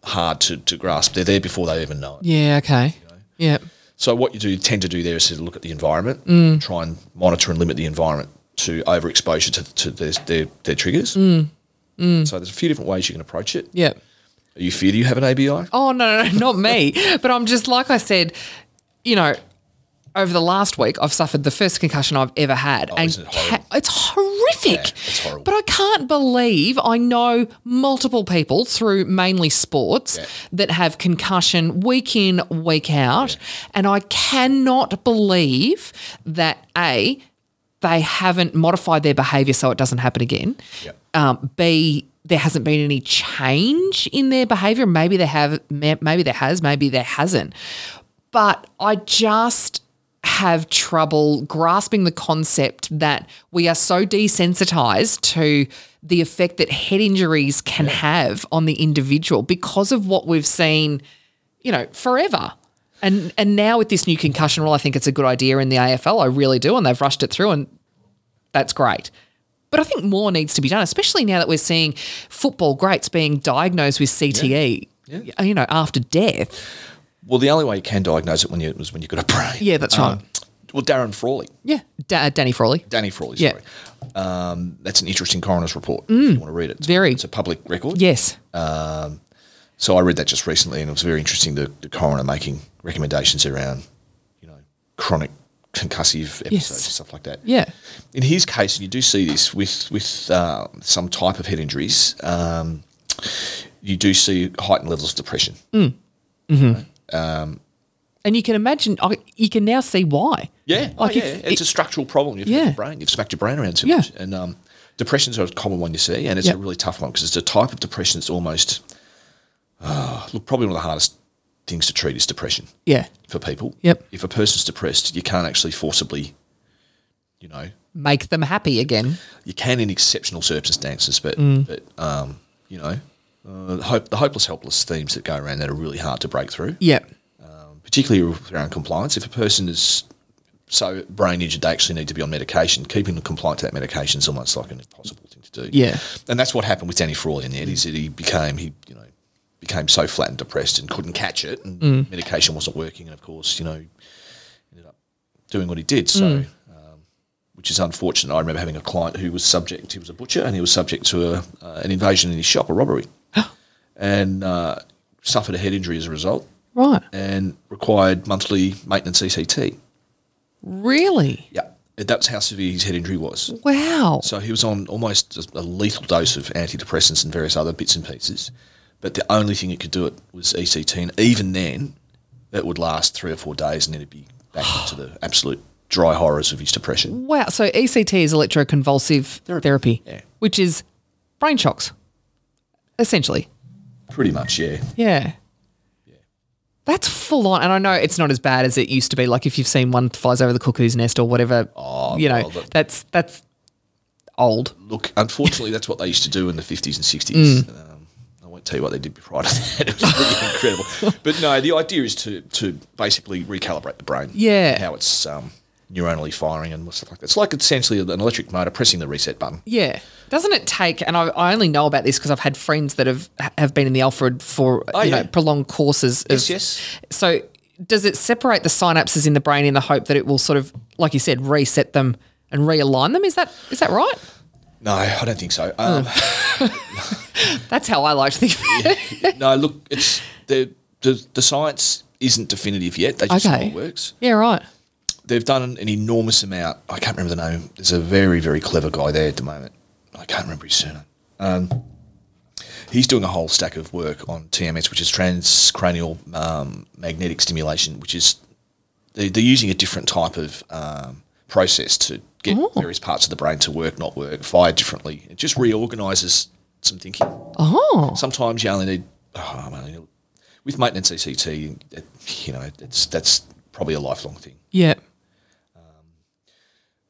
Speaker 3: hard to, to grasp. They're there before they even know it.
Speaker 1: yeah. Okay. Yep.
Speaker 3: So what you do tend to do there is to look at the environment, try and monitor and limit the environment to overexposure to, to their, their, their triggers. So there's a few different ways you can approach it.
Speaker 1: Yep.
Speaker 3: Are you fear you have an ABI?
Speaker 1: Oh no, no, no, not me. but I'm just like I said, you know, over the last week I've suffered the first concussion I've ever had,
Speaker 3: isn't Oh, it horrible?
Speaker 1: it's horrific.
Speaker 3: it's horrible.
Speaker 1: But I can't believe I know multiple people through mainly sports that have concussion week in week out, and I cannot believe that a they haven't modified their behaviour so it doesn't happen again.
Speaker 3: Yep.
Speaker 1: Um, B, there hasn't been any change in their behaviour. Maybe they have. ma- Maybe there has. Maybe there hasn't. But I just have trouble grasping the concept that we are so desensitized to the effect that head injuries can have on the individual because of what we've seen, you know, forever. And and now with this new concussion rule, I think it's a good idea in the AFL. I really do, and they've rushed it through, and that's great. But I think more needs to be done, especially now that we're seeing football greats being diagnosed with CTE, you know, after death.
Speaker 3: Well, the only way you can diagnose it when you was when you've got a brain.
Speaker 1: Yeah, that's
Speaker 3: Um,
Speaker 1: right.
Speaker 3: Well, Darren Frawley,
Speaker 1: Yeah, da- uh, Danny Frawley.
Speaker 3: Danny Frawley,
Speaker 1: Yeah. Mm,
Speaker 3: sorry. Um, that's an interesting coroner's report. If you want to read it, it's,
Speaker 1: Very.
Speaker 3: It's a public record.
Speaker 1: Yes.
Speaker 3: Uh, So I read that just recently, and it was very interesting. The, the coroner making recommendations around, you know, chronic concussive episodes
Speaker 1: Yes.
Speaker 3: and stuff like that.
Speaker 1: Yeah.
Speaker 3: In his case, and you do see this with with uh, some type of head injuries, um, you do see heightened levels of depression.
Speaker 1: And you can imagine, I- you can now see why.
Speaker 3: Yeah,
Speaker 1: Like
Speaker 3: oh,
Speaker 1: if
Speaker 3: yeah. it's
Speaker 1: it-
Speaker 3: a structural problem. You've
Speaker 1: Yeah.
Speaker 3: hit your brain, you've smacked your brain around too
Speaker 1: Yeah.
Speaker 3: much, and um, depression's a common one you see, and it's
Speaker 1: Yep.
Speaker 3: a really tough one because it's a type of depression that's almost ah, look probably one of the hardest things to treat is depression
Speaker 1: Yeah.
Speaker 3: for people.
Speaker 1: Yep.
Speaker 3: If a person's depressed, you can't actually forcibly, you know,
Speaker 1: Make them happy again.
Speaker 3: you can in exceptional circumstances, but
Speaker 1: Mm.
Speaker 3: but um, you know, uh, hope, the hopeless helpless themes that go around that are really hard to break through
Speaker 1: Yeah.
Speaker 3: particularly around compliance. If a person is so brain injured they actually need to be on medication, keeping them compliant to that medication is almost like an impossible thing to do.
Speaker 1: Yeah.
Speaker 3: and that's what happened with Danny Frawley in the end. Is that he became he you know became so flat and depressed and couldn't catch it, and medication wasn't working, and of course you know he ended up doing what he did. So. Um, which is unfortunate. I remember having a client who was subject. He was a butcher, and he was subject to a, uh, an invasion in his shop, a robbery, and uh, suffered a head injury as a result
Speaker 1: Right.
Speaker 3: and required monthly maintenance ECT.
Speaker 1: Really?
Speaker 3: Yeah, that was how severe his head injury was.
Speaker 1: Wow.
Speaker 3: So he was on almost just a lethal dose of antidepressants and various other bits and pieces, but the only thing it could do it was ECT, and even then, it would last three or four days, and then it'd be back into the absolute dry horrors of his depression.
Speaker 1: Wow. So ECT is electroconvulsive therapy,
Speaker 3: Yeah.
Speaker 1: which is brain shocks, essentially.
Speaker 3: Pretty much, yeah.
Speaker 1: Yeah. That's full on, and I know it's not as bad as it used to be. Like if you've seen one flies over the cuckoo's nest or whatever, you know,
Speaker 3: Oh, well, that-
Speaker 1: that's that's old.
Speaker 3: Look, unfortunately, that's what they used to do in the 50s and 60s.
Speaker 1: Mm.
Speaker 3: Um, I won't tell you what they did prior to that. It was pretty incredible. But no, the idea is to, to basically recalibrate the brain.
Speaker 1: Yeah.
Speaker 3: and How it's um, neuronally firing and stuff like that. It's like essentially an electric motor pressing the reset button.
Speaker 1: Yeah. Doesn't it take? And I, I only know about this because I've had friends that have have been in the Alfred for
Speaker 3: Oh,
Speaker 1: you
Speaker 3: yeah.
Speaker 1: know prolonged courses. of-
Speaker 3: Yes, yes.
Speaker 1: So does it separate the synapses in the brain in the hope that it will sort of, like you said, reset them and realign them? Is that is that right?
Speaker 3: No, I don't think so.
Speaker 1: Oh.
Speaker 3: Um,
Speaker 1: That's how I like to think of it.
Speaker 3: no, look, it's the, the the science isn't definitive yet. They just know
Speaker 1: Okay.
Speaker 3: it works.
Speaker 1: Yeah, right.
Speaker 3: They've done an enormous amount. I can't remember the name. There's a very very clever guy there at the moment. I can't remember his surname. Um, he's doing a whole stack of work on TMS, which is transcranial um, magnetic stimulation, which is they, they're using a different type of um, process to get various parts of the brain to work, not work, fire differently. It just reorganizes some thinking
Speaker 1: Oh,
Speaker 3: sometimes you only need oh, I mean, with maintenance ECT. it- You know, it's that's probably a lifelong thing.
Speaker 1: yeah.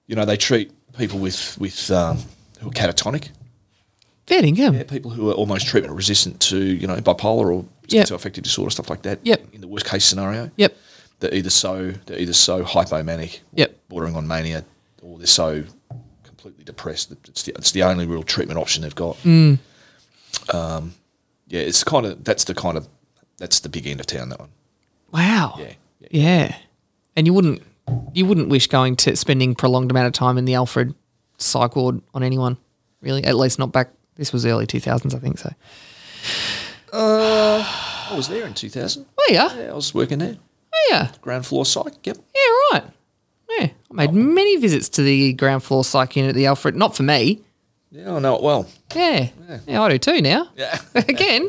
Speaker 3: You know, they treat people with with um, who are catatonic,
Speaker 1: Fair income.
Speaker 3: yeah, people who are almost treatment resistant to you know bipolar or
Speaker 1: Yep.
Speaker 3: schizoaffective disorder stuff like that.
Speaker 1: Yep.
Speaker 3: In the worst case scenario,
Speaker 1: Yep.
Speaker 3: they're either so they're either so hypomanic,
Speaker 1: Yep.
Speaker 3: bordering on mania, or they're so completely depressed that it's the, it's the only real treatment option they've got. Um,
Speaker 1: Mm.
Speaker 3: yeah, it's kind of that's the kind of that's the big end of town that one.
Speaker 1: Wow.
Speaker 3: Yeah, yeah.
Speaker 1: Yeah. And you wouldn't you wouldn't wish going to spending prolonged amount of time in the Alfred psych ward on anyone, really. At least not back this was early two thousands, I think so.
Speaker 3: I was there in 2000.
Speaker 1: Oh yeah.
Speaker 3: Yeah, I was working there.
Speaker 1: Oh yeah.
Speaker 3: Ground floor psych. Yep.
Speaker 1: Yeah, right. Yeah. I
Speaker 3: Oh.
Speaker 1: made many visits to the ground floor psych unit at the Alfred. Not for me.
Speaker 3: Yeah, I know it well.
Speaker 1: Yeah. Yeah, I do too now.
Speaker 3: Yeah.
Speaker 1: Again,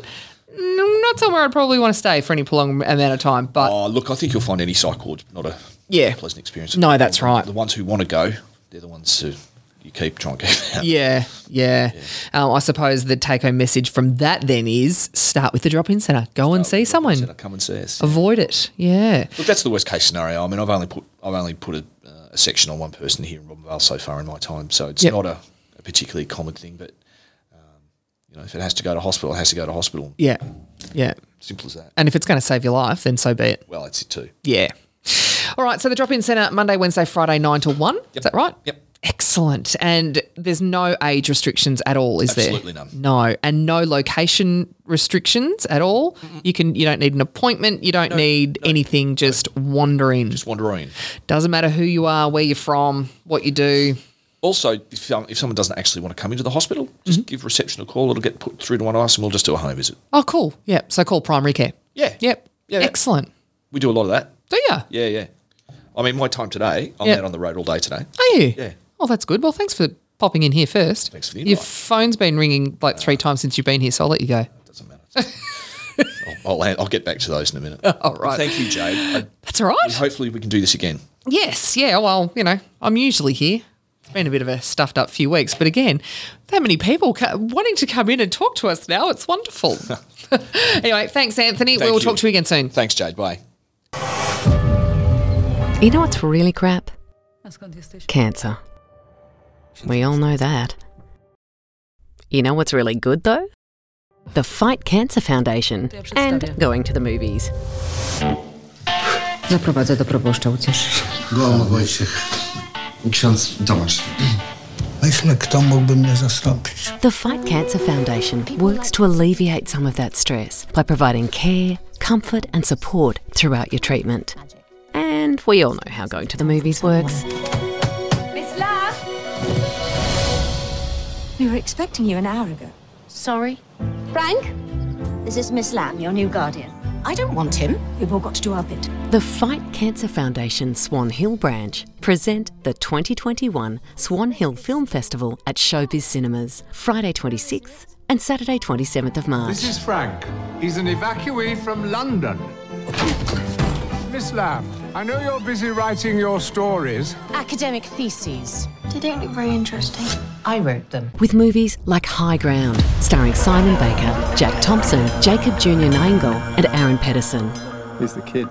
Speaker 1: n- not somewhere I'd probably want to stay for any prolonged amount of time, but
Speaker 3: Oh, look, I think you'll find any psych ward not a
Speaker 1: Uh, Yeah.
Speaker 3: pleasant experience.
Speaker 1: No, that's right.
Speaker 3: The ones who want to go, they're the ones who you keep trying to keep out.
Speaker 1: Yeah, yeah. Um, I suppose the take home message from that then is start with the drop in centre. Go and see someone.
Speaker 3: Said, Come and see us.
Speaker 1: Avoid it. Yeah.
Speaker 3: Look, that's the worst case scenario. I mean, I've only put I've only put a, uh, a section on one person here in Robinvale so far in my time, so it's
Speaker 1: Yep.
Speaker 3: not a, a particularly common thing. But um, you know, if it has to go to hospital, it has to go to hospital.
Speaker 1: Yeah. Yeah.
Speaker 3: Simple as that.
Speaker 1: And if it's going to save your life, then so be it.
Speaker 3: Well, that's it too.
Speaker 1: Yeah. All right. So the drop in centre Monday, Wednesday, Friday, 9 to 1. Is that right?
Speaker 3: Yep.
Speaker 1: Excellent. And there's no age restrictions at all, is
Speaker 3: Absolutely
Speaker 1: there?
Speaker 3: none.
Speaker 1: No. And no location restrictions at all. You can you don't need an appointment, you don't need anything, just wandering.
Speaker 3: Just wander on. in.
Speaker 1: Doesn't matter who you are, where you're from, what you do.
Speaker 3: Also, if, um, if someone doesn't actually want to come into the hospital,
Speaker 1: Mm-hmm.
Speaker 3: just give reception a call. It'll get put through to one of us, and we'll just do a home visit.
Speaker 1: Oh, cool. Yeah. So call primary care.
Speaker 3: Yeah.
Speaker 1: Yep.
Speaker 3: Yeah.
Speaker 1: Excellent.
Speaker 3: We do a lot of that.
Speaker 1: Do you?
Speaker 3: Yeah, yeah. I mean, my time today, I'm
Speaker 1: Yeah.
Speaker 3: out on the road all day today.
Speaker 1: Are you?
Speaker 3: Yeah.
Speaker 1: Oh, that's good. Well, thanks for popping in here first.
Speaker 3: Thanks for the
Speaker 1: Your
Speaker 3: invite. Ah.
Speaker 1: phone's been ringing like three times since you've been here, so I'll let you go.
Speaker 3: Doesn't matter. I'll, I'll, I'll get back to those in a minute.
Speaker 1: All right.
Speaker 3: Thank you, Jade. I,
Speaker 1: That's all right.
Speaker 3: hopefully, we can do this again.
Speaker 1: Yes. Yeah. Well, you know, I'm usually here. It's been a bit of a stuffed up few weeks, but again, that many people ca- wanting to come in and talk to us now. It's wonderful. anyway, thanks, Anthony.
Speaker 3: Thank
Speaker 1: we'll
Speaker 3: you.
Speaker 1: talk to you again soon.
Speaker 3: Thanks, Jade. Bye.
Speaker 4: You know what's really crap? Cancer. We all know that. You know what's really good though? The Fight Cancer Foundation and going to the movies.
Speaker 5: Zaprowadzę do proboszcza, uciesz się.
Speaker 6: Gołom Wojciech, ksiądz Tomasz.
Speaker 7: Myślę, kto mógłby mnie zastąpić.
Speaker 4: The Fight Cancer Foundation works to alleviate some of that stress by providing care, comfort, and support throughout your treatment. And we all know how going to the movies works.
Speaker 8: Miss Love! We were expecting you an hour ago.
Speaker 9: Sorry?
Speaker 8: Frank,
Speaker 9: This is Miss Lamb, your new guardian.
Speaker 5: I don't want him.
Speaker 8: we've all got to do our bit.
Speaker 4: The Fight Cancer Foundation Swan Hill branch present the 2021 Swan Hill Film Festival at Showbiz Cinemas, Friday 26th and Saturday 27th of March.
Speaker 10: This is Frank. He's an evacuee from London. Miss Lamb, I know you're busy writing your stories.
Speaker 9: Academic theses.
Speaker 11: They don't look very interesting.
Speaker 5: I wrote them.
Speaker 4: With movies like High Ground, starring Simon Baker, Jack Thompson, Jacob Jr. Nangle, and Aaron Pedersen.
Speaker 7: He's the kid.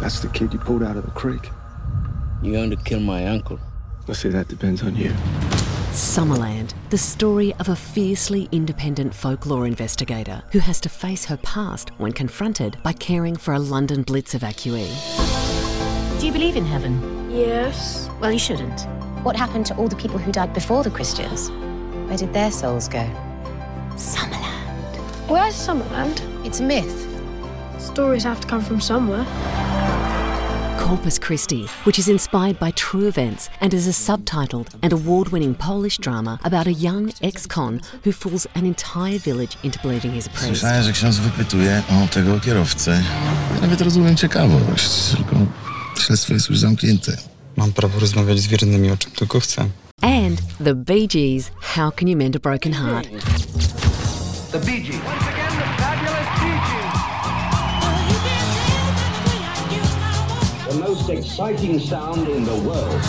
Speaker 7: That's the kid you pulled out of the creek. You're going to kill my uncle. I say that depends on you.
Speaker 4: Summerland, the story of a fiercely independent folklore investigator who has to face her past when confronted by caring for a London Blitz evacuee.
Speaker 9: Do you believe in heaven?
Speaker 11: Yes.
Speaker 9: Well, you shouldn't. What happened to all the people who died before the Christians? Where did their souls go? Summerland.
Speaker 11: Where's Summerland?
Speaker 9: It's a myth.
Speaker 11: Stories have to come from somewhere.
Speaker 4: Corpus Christi, which is inspired by true events and is a subtitled and award winning Polish drama about a young ex con who fools an entire village into believing he's a priest.
Speaker 12: Słyszałem, że ksiądz wypytuje o tego kierowcę. Ja nawet rozumiem ciekawość, tylko śledztwo jest już zamknięte. Mam prawo rozmawiać z wiernymi o czym tylko chcę.
Speaker 4: And the Bee Gees, How Can You Mend a Broken Heart?
Speaker 13: The Bee Gees.
Speaker 14: The most exciting sound in the world.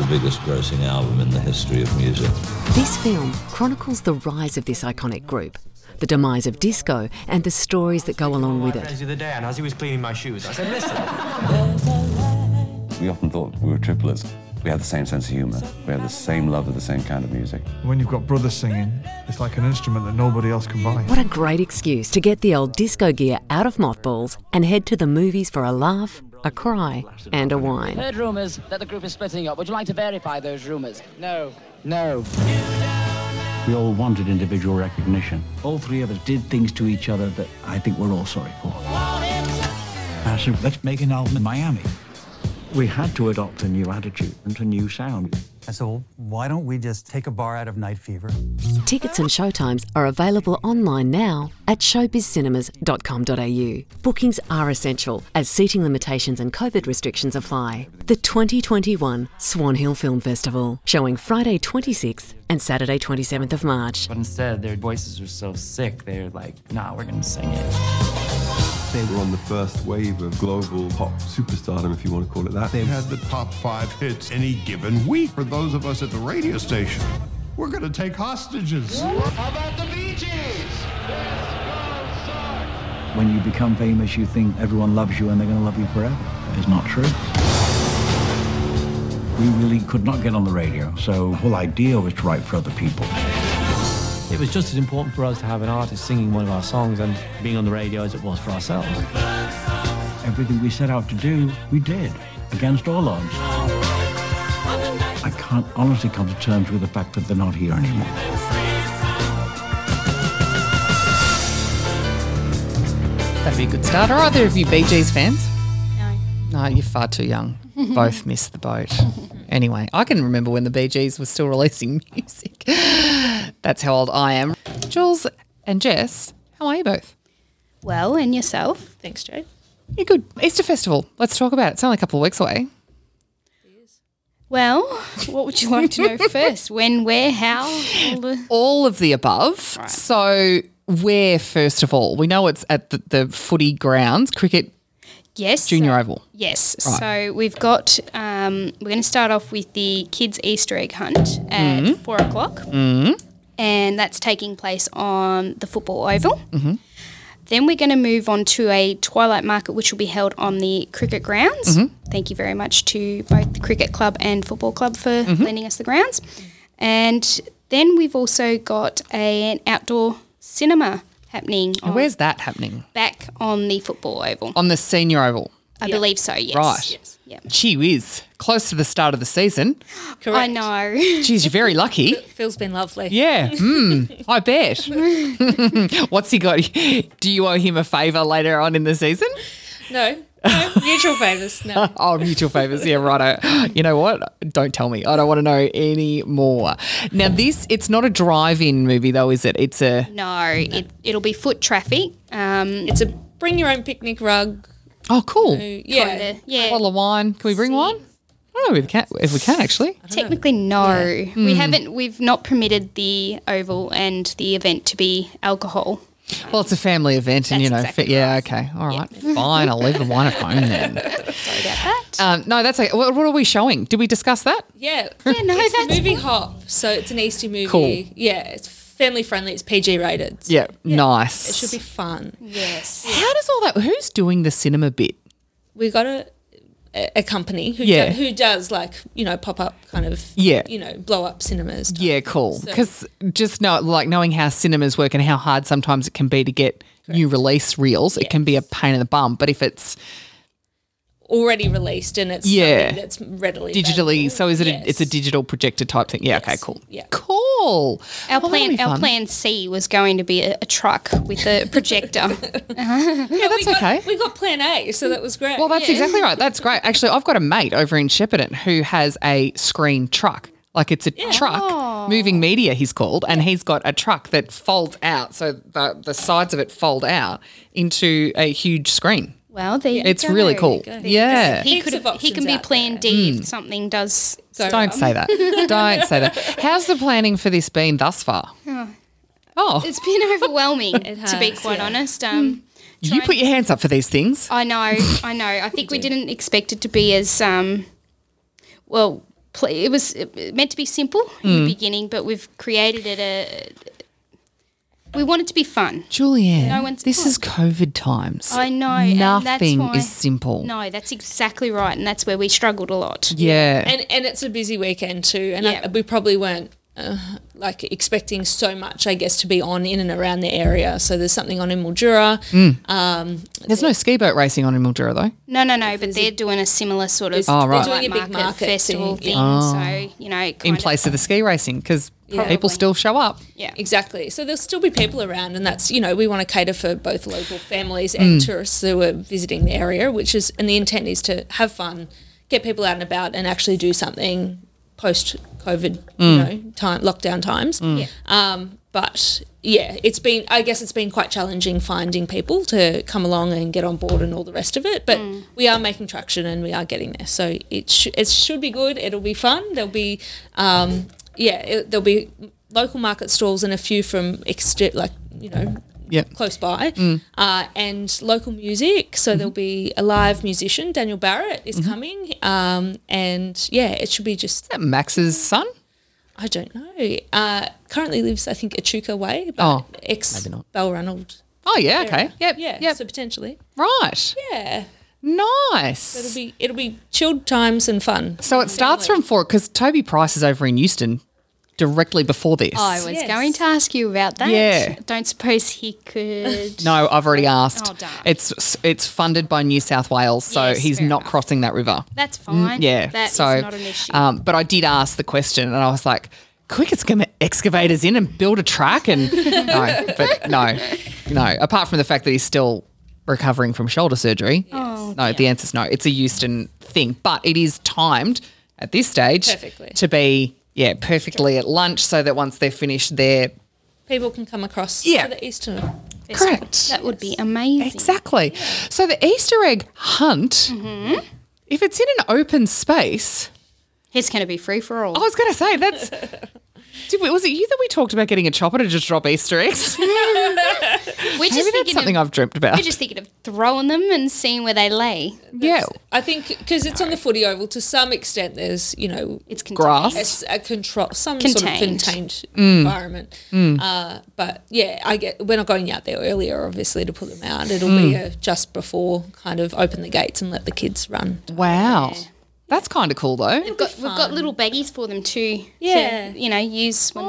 Speaker 15: The biggest grossing album in the history of music.
Speaker 4: This film chronicles the rise of this iconic group, the demise of disco, and the stories that go along with it.
Speaker 16: The other day, and as he was cleaning my shoes, I said, "Listen,
Speaker 17: We often thought we were triplets. We had the same sense of humour. We had the same love of the same kind of music.
Speaker 18: When you've got brothers singing, it's like an instrument that nobody else can buy.
Speaker 4: What a great excuse to get the old disco gear out of mothballs and head to the movies for a laugh, a cry, and a wine.
Speaker 19: Heard rumours that the group is splitting up. Would you like to verify those rumours? No. No.
Speaker 20: We all wanted individual recognition. All three of us did things to each other that I think we're all sorry for. I said, let's make an album in Miami. We had to adopt a new attitude and a new sound.
Speaker 21: And so, why don't we just take a bar out of Night Fever?
Speaker 4: Tickets and showtimes are available online now at showbizcinemas.com.au. Bookings are essential as seating limitations and COVID restrictions apply. The 2021 Swan Hill Film Festival, showing Friday 26th and Saturday 27th of March.
Speaker 22: But instead, their voices were so sick, they were like, nah, we're gonna sing it.
Speaker 23: They were on the first wave of global pop superstardom, if you want to call it that.
Speaker 10: They had the top five hits any given week. For those of us at the radio station, we're going to take hostages.
Speaker 13: How about the Bee
Speaker 20: When you become famous, you think everyone loves you and they're going to love you forever. That is not true. We really could not get on the radio, so the whole idea was to write for other people.
Speaker 22: It was just as important for us to have an artist singing one of our songs and being on the radio as it was for ourselves.
Speaker 20: Everything we set out to do, we did, against all odds. I can't honestly come to terms with the fact that they're not here anymore.
Speaker 1: That'd be a good start. Are either of you Bee Gees fans? No. No, you're far too young. Both missed the boat. Anyway, I can remember when the Bee Gees were still releasing music. That's how old I am. Jules and Jess, how are you both?
Speaker 24: Well, and yourself? Thanks, Joe.
Speaker 1: You're good. Easter Festival. Let's talk about it. It's only a couple of weeks away.
Speaker 24: Well, what would you like to know first? When, where, how? All the...
Speaker 1: All of the above. So, where, first of all, we know it's at the, the footy grounds, cricket
Speaker 24: Yes.
Speaker 1: junior oval.
Speaker 24: Yes.
Speaker 1: Right.
Speaker 24: So we've got, um, we're going to start off with the kids' Easter egg hunt at
Speaker 1: Mhm.
Speaker 24: four o'clock,
Speaker 1: Mm.
Speaker 24: and that's taking place on the football oval.
Speaker 1: Mm-hmm.
Speaker 24: Then we're going to move on to a twilight market, which will be held on the cricket grounds.
Speaker 1: Mm-hmm.
Speaker 25: Mhm.
Speaker 24: Thank you very much to both the cricket club and football club for
Speaker 1: Mm-hmm.
Speaker 24: lending us the grounds. And then we've also got a, an outdoor cinema happening
Speaker 1: Oh, where's that happening?
Speaker 24: back on the football oval.
Speaker 1: On the senior oval.
Speaker 24: I believe so. Yes.
Speaker 1: Right.
Speaker 24: Yeah.
Speaker 1: Gee whiz. Close to the start of the season.
Speaker 24: I know.
Speaker 1: Geez, you're very lucky.
Speaker 25: Phil's been lovely.
Speaker 1: Yeah. Mm, I bet. What's he got? Do you owe him a favour later on in the season?
Speaker 25: No, no mutual favours. No.
Speaker 1: oh, mutual favours. Yeah, righto. You know what? Don't tell me. I don't want to know any more. Now, this, it's not a drive in movie, though, is it? It's a.
Speaker 24: No, It, it'll be foot traffic. Um, it's a
Speaker 25: Bring your own picnic rug.
Speaker 1: Oh, cool.
Speaker 24: yeah, yeah.
Speaker 1: Bottle of wine. Can we bring wine? I don't know if we can, if we can actually.
Speaker 24: Technically, no. We
Speaker 25: Hmm.
Speaker 1: Mm.
Speaker 24: haven't. We've not permitted the oval and the event to be alcohol.
Speaker 1: Well, it's a family event, and you know,
Speaker 24: exactly
Speaker 1: fi- yeah, okay, all right, fine. I'll leave the wine at home then. Sorry about that. Um, no, that's okay. What, what are we showing? Did we discuss that?
Speaker 25: Yeah. Yeah, no, it's the movie hop. So it's an Easter movie.
Speaker 1: Cool.
Speaker 25: Yeah, it's family friendly. It's PG rated.
Speaker 1: Yeah, nice.
Speaker 25: It should be fun. Yes.
Speaker 1: How does all that? Who's doing the cinema bit?
Speaker 25: We got a a company who
Speaker 1: Yeah.
Speaker 25: do- who does like you know pop up kind of
Speaker 1: Yeah.
Speaker 25: you know blow up cinemas.
Speaker 1: Yeah, cool.
Speaker 25: So-
Speaker 1: Because just know, like knowing how cinemas work and how hard sometimes it can be to get new release reels, it can be a pain in the bum. But if it's
Speaker 25: Already released and it's
Speaker 1: Yeah.
Speaker 25: something that's readily
Speaker 1: digitally, so is it? A, it's a digital projector type thing. Yeah. Okay. Cool.
Speaker 25: Yeah.
Speaker 1: Cool. cool.
Speaker 24: Our
Speaker 1: Oh, that'll
Speaker 24: plan,
Speaker 1: be
Speaker 24: our
Speaker 1: fun.
Speaker 24: plan C was going to be a, a truck with a projector.
Speaker 1: Yeah, that's okay.
Speaker 25: We got plan A, so that was great.
Speaker 1: Well, that's
Speaker 25: yeah.
Speaker 1: exactly right. That's great. Actually, I've got a mate over in Shepparton who has a screen truck. Like it's a truck,
Speaker 24: Oh.
Speaker 1: moving media, he's called, and he's got a truck that folds out. So the, the sides of it fold out into a huge screen.
Speaker 24: well, there you
Speaker 1: It's
Speaker 24: go.
Speaker 1: really cool. Yeah. Mm.
Speaker 24: He could he can be plan D if something does.
Speaker 1: Don't say that. Don't say that. How's the planning for this been thus far? Oh.
Speaker 24: It's been overwhelming, to be
Speaker 25: has,
Speaker 24: quite
Speaker 25: yeah. Mm.
Speaker 24: honest. Um,
Speaker 1: You put your hands up for these things.
Speaker 24: I know, I know. I think we didn't expect it to be as um, well. Pl- it was uh, meant to be simple in
Speaker 1: Mm.
Speaker 24: the beginning, but we've created it a. We want it to be fun.
Speaker 1: Julianne,
Speaker 24: No one's-
Speaker 1: this
Speaker 24: oh.
Speaker 1: is COVID times.
Speaker 24: I know. and that's
Speaker 1: Nothing
Speaker 24: why-
Speaker 1: is simple.
Speaker 24: No, that's exactly right, and that's where we struggled a lot.
Speaker 1: Yeah.
Speaker 25: And and it's a busy weekend too, and I-
Speaker 24: Yeah.
Speaker 25: we probably weren't uh, like expecting so much, I guess, to be on in and around the area. So there's something on in Mildura.
Speaker 1: Mm.
Speaker 25: Um,
Speaker 1: There's no ski boat racing on in Mildura, though.
Speaker 24: No, no, no. But they're doing a similar sort of
Speaker 1: Oh,
Speaker 24: they're
Speaker 1: right.
Speaker 24: doing
Speaker 25: Doing a big market
Speaker 24: festival
Speaker 25: thing,
Speaker 24: thing.
Speaker 1: yeah.
Speaker 24: So you know, it
Speaker 1: in place of the ski racing because people still show up.
Speaker 24: Yeah,
Speaker 25: exactly. So there'll still be people around, and that's you know we want to cater for both local families and
Speaker 1: Mm.
Speaker 25: tourists who are visiting the area, which is and the intent is to have fun, get people out and about, and actually do something post COVID, you
Speaker 1: Mm.
Speaker 25: know, time lockdown times.
Speaker 1: Mm. Yeah.
Speaker 25: Um, but yeah, it's been I guess it's been quite challenging finding people to come along and get on board and all the rest of it. But we are making traction and we are getting there, so it sh- it should be good. It'll be fun. There'll be um, yeah, it, there'll be local market stalls and a few from exter- like you know
Speaker 1: Yep.
Speaker 25: close by
Speaker 1: Mm.
Speaker 25: uh, and local music so there'll be a live musician daniel barrett is coming um, and yeah it should be just
Speaker 1: Max's son?
Speaker 25: i don't know uh, currently lives i think echuca way but
Speaker 1: Oh,
Speaker 25: ex
Speaker 1: maybe not.
Speaker 25: bell reynolds
Speaker 1: Oh, yeah,
Speaker 25: area.
Speaker 1: okay. Yep.
Speaker 25: yeah so potentially
Speaker 1: Right.
Speaker 25: yeah
Speaker 1: Nice.
Speaker 25: So it'll be it'll be chilled times and fun
Speaker 1: So it starts from four because Toby Price is over in Euston directly before this.
Speaker 24: I was going to ask you about that.
Speaker 1: Yeah.
Speaker 24: Don't suppose he could.
Speaker 1: No, I've already asked.
Speaker 24: Oh, darn.
Speaker 1: it's it's funded by New South Wales, so
Speaker 24: Yes,
Speaker 1: he's
Speaker 24: fair
Speaker 1: not crossing that river.
Speaker 24: That's
Speaker 1: Mm,
Speaker 24: fine.
Speaker 1: yeah.
Speaker 24: That is
Speaker 1: so,
Speaker 24: not an issue.
Speaker 1: Um, but I did ask the question, and I was like, "Quick, it's going to excavators in and build a track." And no, but no, no. Apart from the fact that he's still recovering from shoulder surgery,
Speaker 24: Oh,
Speaker 1: no, the answer's no. It's a Houston thing, but it is timed at this stage
Speaker 25: Perfectly.
Speaker 1: to be yeah perfectly at lunch, so that once they're finished, they're
Speaker 25: people can come across
Speaker 1: Yeah.
Speaker 25: to the eastern
Speaker 1: Correct.
Speaker 24: That would be amazing.
Speaker 1: Exactly. So the Easter egg hunt,
Speaker 24: Mm-hmm.
Speaker 1: if it's in an open space,
Speaker 24: It's going to be free for all.
Speaker 1: I was going to say that's. Did we, was it you that we talked about getting a chopper to just drop Easter eggs?
Speaker 24: we're
Speaker 1: Maybe
Speaker 24: just
Speaker 1: that's
Speaker 24: thinking
Speaker 1: something
Speaker 24: of,
Speaker 1: I've dreamt about.
Speaker 24: we're just thinking of throwing them and seeing where they lay.
Speaker 1: yeah.
Speaker 25: I think because it's on the footy oval to some extent. There's you know
Speaker 24: it's
Speaker 1: Grass.
Speaker 25: It's a control, some sort of
Speaker 24: Contained.
Speaker 25: contained
Speaker 1: Mm.
Speaker 25: environment.
Speaker 1: Mm.
Speaker 25: Uh, but yeah, I get we're not going out there earlier, obviously, to pull them out. It'll be
Speaker 1: Mm.
Speaker 25: a just before kind of open the gates and let the kids run.
Speaker 1: Wow. That's kind of cool though.
Speaker 24: We've got, we've got little baggies for them too. to,
Speaker 25: Yeah.
Speaker 24: you know, use when
Speaker 1: Oh.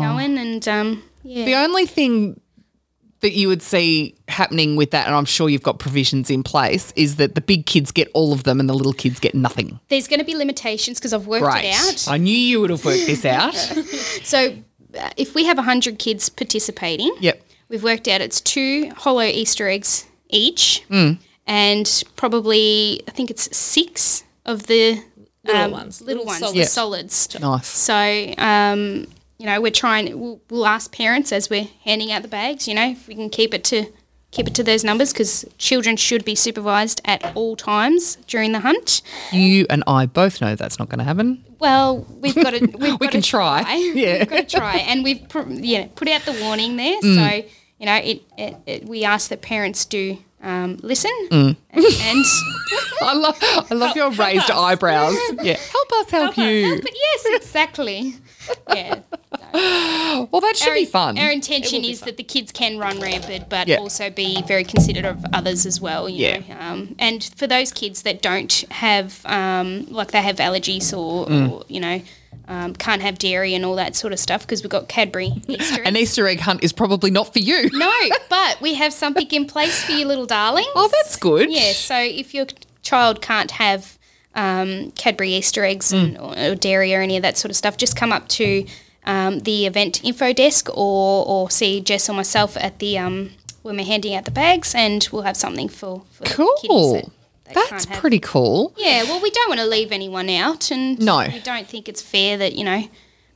Speaker 24: they go in and um, yeah.
Speaker 1: The only thing that you would see happening with that, and I'm sure you've got provisions in place, is that the big kids get all of them and the little kids get nothing.
Speaker 24: There's going to be limitations because I've worked
Speaker 1: right.
Speaker 24: it out.
Speaker 1: I knew you would have worked this out.
Speaker 24: So uh, if we have 100 kids participating,
Speaker 1: yep.
Speaker 24: we've worked out it's two hollow Easter eggs each
Speaker 1: Mm.
Speaker 24: and probably, I think it's six of the um,
Speaker 25: Little ones.
Speaker 24: Little,
Speaker 25: Little
Speaker 24: ones,
Speaker 25: solids.
Speaker 24: the
Speaker 25: Yeah.
Speaker 24: solids.
Speaker 1: Nice.
Speaker 24: So, um, you know, we're trying, we'll, we'll ask parents as we're handing out the bags, you know, if we can keep it to keep it to those numbers because children should be supervised at all times during the hunt.
Speaker 1: You and I both know that's not going to happen.
Speaker 24: Well, we've got to. We've
Speaker 1: We
Speaker 24: got
Speaker 1: can
Speaker 24: to
Speaker 1: try. Yeah.
Speaker 24: we've got to try, and we've pr- yeah put out the warning there.
Speaker 1: Mm.
Speaker 24: So you know, it, it, it we ask that parents do um, listen.
Speaker 1: Mm.
Speaker 24: And, and
Speaker 1: I love I love your raised eyebrows. Yeah. Help us help, you.
Speaker 24: but yes, exactly. Yeah.
Speaker 1: Well, that should
Speaker 24: our,
Speaker 1: be fun.
Speaker 24: Our intention is that the kids can run rampant, but
Speaker 1: Yeah.
Speaker 24: also be very considerate of others as well. You
Speaker 1: Yeah.
Speaker 24: Know? Um, and for those kids that don't have, um, like they have allergies or,
Speaker 1: Mm.
Speaker 24: or you know, um, can't have dairy and all that sort of stuff, because we've got Cadbury Easter
Speaker 1: An Easter egg hunt is probably not for you.
Speaker 24: No, but we have something in place for you little darlings.
Speaker 1: Oh, that's good.
Speaker 24: Yeah, so if your child can't have
Speaker 1: Mm.
Speaker 24: um, Cadbury Easter eggs and, or, or dairy or any of that sort of stuff, just come up to um, the event info desk or, or see Jess or myself at the um, when we're handing out the bags, and we'll have something for, for the kiddies that
Speaker 1: Cool.
Speaker 24: they
Speaker 1: That's
Speaker 24: can't have.
Speaker 1: pretty cool.
Speaker 24: Yeah, well, we don't want to leave anyone out, and
Speaker 1: No.
Speaker 24: we don't think it's fair that you know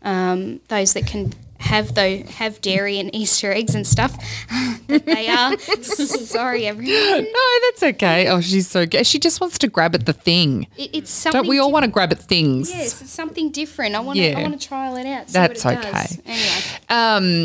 Speaker 24: um, those that can have though have dairy and Easter eggs and stuff that they are. Sorry, everyone.
Speaker 1: No, that's okay. Oh, she's so good. She just wants to grab at the thing.
Speaker 24: It, it's something.
Speaker 1: Don't we all
Speaker 24: di-
Speaker 1: want to grab at things?
Speaker 24: Yes, it's something different. I want to.
Speaker 1: Yeah.
Speaker 24: I want to trial it out. See
Speaker 1: That's
Speaker 24: what it
Speaker 1: okay.
Speaker 24: Does. Anyway.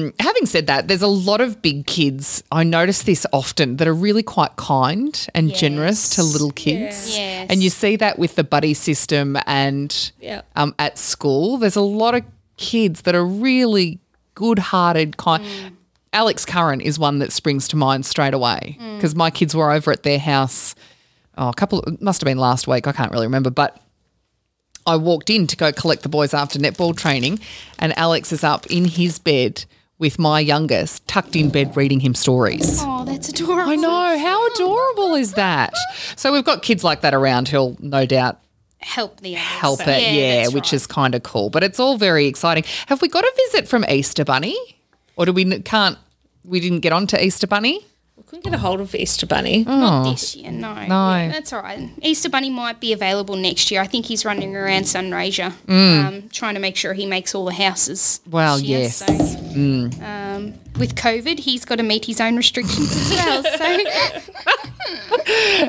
Speaker 1: Um, having said that, there's a lot of big kids. I notice this often that are really quite kind and generous to little kids.
Speaker 24: Yes.
Speaker 1: And you see that with the buddy system and
Speaker 24: Yep.
Speaker 1: um, at school. There's a lot of kids that are really good-hearted, kind.
Speaker 24: Mm.
Speaker 1: Alex Curran is one that springs to mind straight away
Speaker 2: Mm.
Speaker 1: because my kids were over at their house. Oh, a couple it must have been last week. I can't really remember, but I walked in to go collect the boys after netball training, and Alex is up in his bed with my youngest, tucked in bed, reading him stories.
Speaker 24: Oh, that's adorable.
Speaker 1: I know. How adorable is that? So we've got kids like that around who'll no doubt
Speaker 24: Help the others.
Speaker 1: help it, yeah,
Speaker 24: that's
Speaker 1: which is kind of cool. But it's all very exciting. Have we got a visit from Easter Bunny, or do we n- can't? We didn't get on to Easter Bunny.
Speaker 24: couldn't
Speaker 25: get a hold of Easter Bunny.
Speaker 1: Not
Speaker 24: Not this year, no.
Speaker 1: Oh. No.
Speaker 24: Yeah, that's all right. Easter Bunny might be available next year. I think he's running around Sunraysia,
Speaker 1: Mm.
Speaker 24: um, trying to make sure he makes all the houses.
Speaker 1: Well,
Speaker 24: this year,
Speaker 1: yes.
Speaker 24: so,
Speaker 1: Mm.
Speaker 24: um, with COVID, he's got to meet his own restrictions as well. So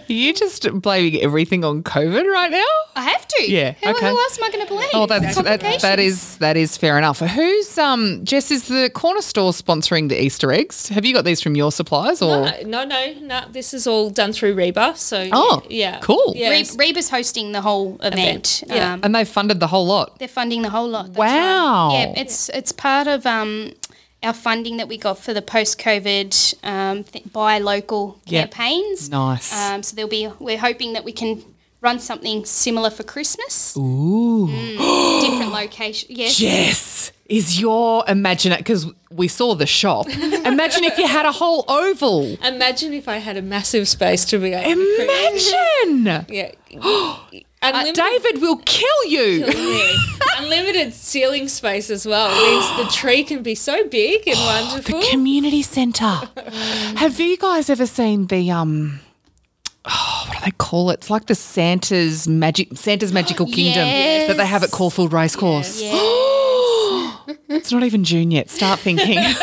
Speaker 1: You're just blaming everything on COVID right now.
Speaker 24: I have to.
Speaker 1: Yeah,
Speaker 24: How
Speaker 1: okay.
Speaker 24: who else am I going to blame?
Speaker 1: Oh, that's that, that is that is fair enough. Who's um Jess? Is the corner store sponsoring the Easter eggs? Have you got these from your suppliers or?
Speaker 25: Uh, No, no, no, no. This is all done through Reba. So
Speaker 1: Oh,
Speaker 25: yeah,
Speaker 1: cool.
Speaker 25: Yeah,
Speaker 24: Re- Reba's hosting the whole event. Um,
Speaker 25: yeah.
Speaker 1: and they funded the whole lot.
Speaker 24: They're funding the whole lot. that's
Speaker 1: Wow.
Speaker 24: right. Yeah, it's it's part of um, our funding that we got for the post-COVID um, th- buy local
Speaker 1: Yeah.
Speaker 24: campaigns.
Speaker 1: Nice.
Speaker 24: Um, so there'll be. We're hoping that we can run something similar for Christmas.
Speaker 1: Ooh.
Speaker 24: Mm, different location. Yes.
Speaker 1: Jess, is your imagine because we saw the shop. Imagine if you had a whole oval.
Speaker 25: Imagine if I had a massive space to be able to create.
Speaker 1: Imagine.
Speaker 25: Yeah.
Speaker 1: Uh, David will kill you.
Speaker 25: Unlimited ceiling space as well means the tree can be so big and wonderful.
Speaker 1: The community centre. Have you guys ever seen the um? Oh, what do they call it? It's like the Santa's magic, Santa's magical kingdom that they have at Caulfield Racecourse. it's not even June yet. Start thinking.
Speaker 25: okay.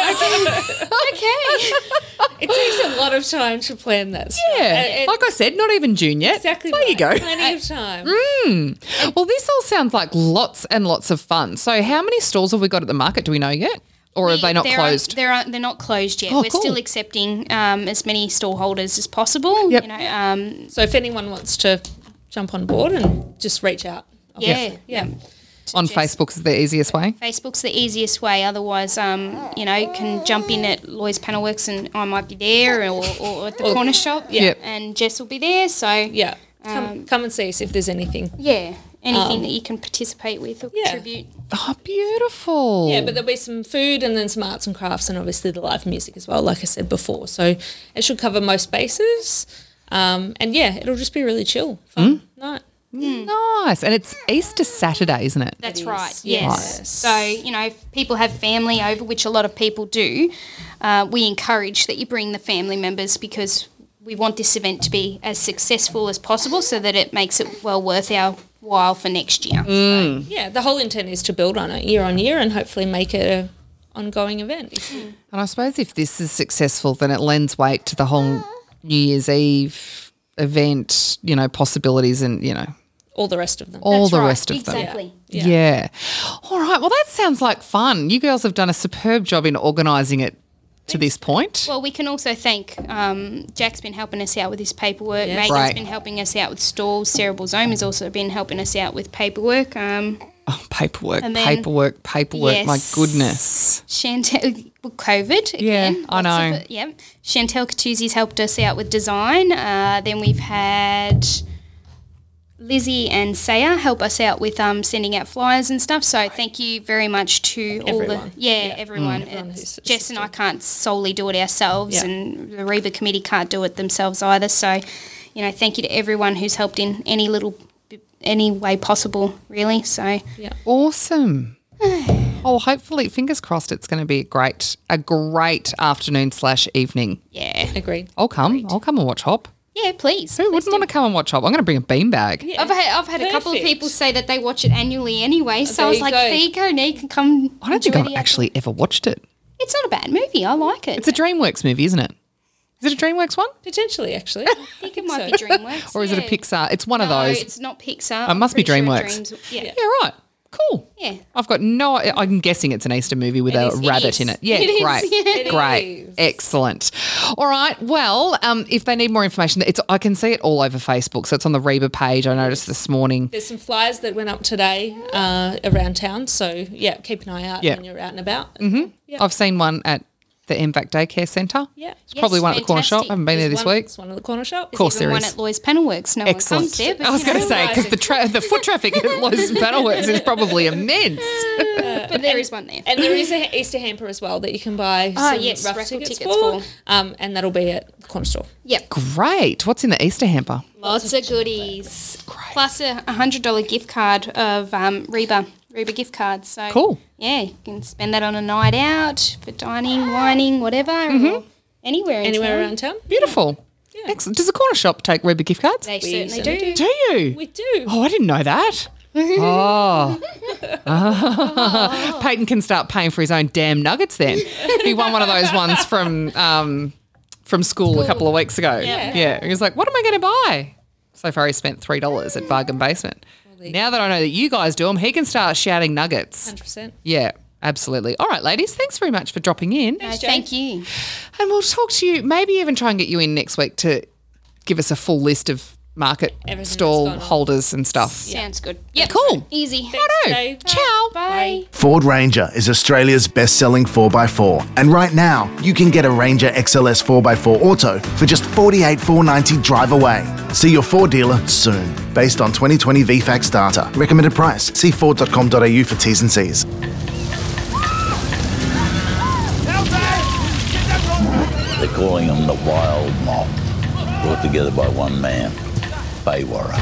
Speaker 25: It takes a lot of time to plan that. stuff. And-
Speaker 1: yeah,
Speaker 25: and
Speaker 1: like I said, not even June yet.
Speaker 25: exactly.
Speaker 1: There you
Speaker 25: right.
Speaker 1: go.
Speaker 25: Plenty of time.
Speaker 1: Mm. Well, this all sounds like lots and lots of fun. So, how many stalls have we got at the market? Do we know yet, or are
Speaker 24: We-
Speaker 1: they not
Speaker 24: they're
Speaker 1: closed?
Speaker 24: They're they're not closed yet.
Speaker 1: Oh,
Speaker 24: We're
Speaker 1: cool.
Speaker 24: still accepting um, as many stall holders as possible. You know, um,
Speaker 25: So if anyone wants to jump on board and just reach out.
Speaker 24: yeah, yeah.
Speaker 1: On Facebook's the easiest way.
Speaker 24: Facebook's the easiest way. Otherwise, um, you know, can jump in at Lloyd's Panel Works and I might be there, or, or at the
Speaker 25: Or-
Speaker 24: corner shop.
Speaker 25: yeah. Yep.
Speaker 24: and Jess will be there. So
Speaker 25: yeah, Come, come and see us if there's anything.
Speaker 24: yeah, anything
Speaker 25: Um,
Speaker 24: that you can participate with or contribute.
Speaker 1: Oh, beautiful.
Speaker 25: Yeah, but there'll be some food and then some arts and crafts and obviously the live music as well, like I said before. So it should cover most bases. Um, and yeah, it'll just be really chill. Fun night.
Speaker 1: Mm. Nice. And it's Easter Saturday, isn't it?
Speaker 24: That's right.
Speaker 1: yes.
Speaker 24: Yes.
Speaker 1: Right.
Speaker 24: So you know, if people have family over, which a lot of people do, uh, we encourage that you bring the family members because we want this event to be as successful as possible, so that it makes it well worth our while for next year.
Speaker 25: Yeah, the whole intent is to build on it year on year and hopefully make it a ongoing event.
Speaker 1: And I suppose if this is successful, then it lends weight to the whole New Year's Eve event, you know, possibilities and, you know,
Speaker 25: All the rest of them.
Speaker 1: all the rest of them. Yeah.
Speaker 25: Yeah.
Speaker 1: All right. Well, that sounds like fun. You girls have done a superb job in organising it to this point.
Speaker 24: Well, we can also thank um, Jack's been helping us out with his paperwork. Megan's
Speaker 1: Right.
Speaker 24: been helping us out with stalls. Cerebral Zome has also been helping us out with paperwork. Um,
Speaker 1: Paperwork,
Speaker 24: And then-
Speaker 1: paperwork, paperwork. My
Speaker 24: Yes.
Speaker 1: goodness.
Speaker 24: Chantel, well, COVID again.
Speaker 1: I
Speaker 24: Lots of
Speaker 1: know.
Speaker 24: it, yeah. Chantel Catuzzi's helped us out with design. Uh, then we've had Lizzie and Saya help us out with um, sending out flyers and stuff. So thank you very much to all
Speaker 25: Everyone.
Speaker 24: the yeah, everyone. It's- Jess and I can't solely do it ourselves,
Speaker 25: Yeah.
Speaker 24: and the Reba committee can't do it themselves either. So, you know, thank you to everyone who's helped in any little any way possible, really. So
Speaker 25: yeah.
Speaker 1: Awesome. Oh, hopefully, fingers crossed, it's going to be a great, a great afternoon slash evening.
Speaker 24: Yeah,
Speaker 25: agreed.
Speaker 1: I'll come. I'll come and watch Hop.
Speaker 24: Yeah, please.
Speaker 1: Who wouldn't want to come and watch Hop? I'm going to bring a beanbag.
Speaker 24: I've had, I've had a couple of
Speaker 25: Perfect.
Speaker 24: people say that they watch it annually anyway, so I
Speaker 25: there
Speaker 24: was
Speaker 25: you
Speaker 24: like,
Speaker 25: go.
Speaker 24: there you go, Nick, can come.
Speaker 1: I don't think I've actually ever watched it.
Speaker 24: It's not a bad movie. I like it.
Speaker 1: It's a DreamWorks movie, isn't it? Is it a DreamWorks one?
Speaker 25: Potentially, actually.
Speaker 24: I think it might be DreamWorks.
Speaker 1: Or is it a
Speaker 24: yeah.
Speaker 1: Pixar? It's one of
Speaker 24: No,
Speaker 1: those.
Speaker 24: it's not Pixar.
Speaker 1: It
Speaker 24: I'm
Speaker 1: must be
Speaker 24: pretty sure
Speaker 1: DreamWorks.
Speaker 24: Dreams- yeah.
Speaker 1: Yeah, right. Cool.
Speaker 24: Yeah.
Speaker 1: I've got no. I'm guessing it's an Easter movie with a
Speaker 24: is. It
Speaker 1: rabbit
Speaker 24: is.
Speaker 1: in it. Yeah,
Speaker 24: It is.
Speaker 1: great,
Speaker 24: It
Speaker 1: great, excellent. All right. Well, um, if they need more information, it's I can see it all over Facebook. So it's on the Reba page. I noticed this morning.
Speaker 25: There's some flyers that went up today uh, around town, so yeah, keep an eye out
Speaker 1: Yeah.
Speaker 25: when you're out and about.
Speaker 1: hmm
Speaker 25: Yeah.
Speaker 1: I've seen one at the MVAC Daycare Centre.
Speaker 25: Yeah.
Speaker 1: it's probably
Speaker 25: Yes,
Speaker 1: one at the corner shop. I
Speaker 25: fantastic.
Speaker 1: haven't been there
Speaker 25: There's
Speaker 1: this
Speaker 25: one-
Speaker 1: week.
Speaker 25: It's one at the corner shop.
Speaker 1: Of course,
Speaker 24: Even
Speaker 1: there
Speaker 24: one
Speaker 1: is.
Speaker 24: at Lloyd's Panelworks. No
Speaker 1: Excellent.
Speaker 24: comes there, but
Speaker 1: I was
Speaker 24: you
Speaker 1: going to
Speaker 24: know,
Speaker 1: say because the tra- the foot traffic at Lowe's and Battleworks is probably immense.
Speaker 25: but
Speaker 24: there is one there.
Speaker 25: And there is an Easter hamper as well that you can buy
Speaker 24: Ah,
Speaker 25: some
Speaker 24: yes,
Speaker 25: raffle
Speaker 24: raffle
Speaker 25: tickets,
Speaker 24: tickets
Speaker 25: for,
Speaker 24: for.
Speaker 25: Um, and that'll be at the corner store.
Speaker 24: Yep.
Speaker 1: Great. What's in the Easter hamper?
Speaker 24: Lots of goodies. Plus a $100 gift card of um, Reba, Reba gift cards. So
Speaker 1: Cool.
Speaker 24: Yeah, you can spend that on a night out for dining, wining, whatever. or Anywhere in
Speaker 25: Mm-hmm. Anywhere
Speaker 24: town.
Speaker 25: around town?
Speaker 1: Beautiful. Excellent. Does the corner shop take Reba gift cards?
Speaker 24: They
Speaker 25: We
Speaker 24: certainly
Speaker 25: certainly
Speaker 24: do.
Speaker 1: Do you?
Speaker 25: We do.
Speaker 1: Oh, I didn't know that. Oh. Ah. Peyton can start paying for his own damn nuggets then. He won one of those ones from um, from school, a couple of weeks ago.
Speaker 25: Yeah.
Speaker 1: yeah. He was like, what am I going to buy? So far, he spent $3 at Bargain Basement. Now that I know that you guys do them, he can start shouting nuggets.
Speaker 25: 100%.
Speaker 1: Yeah, absolutely. All right, ladies, thanks very much for dropping in.
Speaker 24: No, Uh, thank you.
Speaker 1: And we'll talk to you, maybe even try and get you in next week to give us a full list of market
Speaker 24: Everything that's
Speaker 1: stall
Speaker 24: gone on.
Speaker 1: holders and stuff.
Speaker 24: Sounds good. Yep.
Speaker 1: Cool.
Speaker 24: Easy.
Speaker 1: Righto. Ciao.
Speaker 24: Bye.
Speaker 2: Ford Ranger is Australia's best selling 4x4, and right now you can get a Ranger XLS 4x4 Auto for just $48,490 drive away. See your Ford dealer soon. Based on 2020 VFAX data. Recommended price. See Ford.com.au for T's and C's.
Speaker 15: They're calling them the Wild Mob, brought together by one man, Baywara.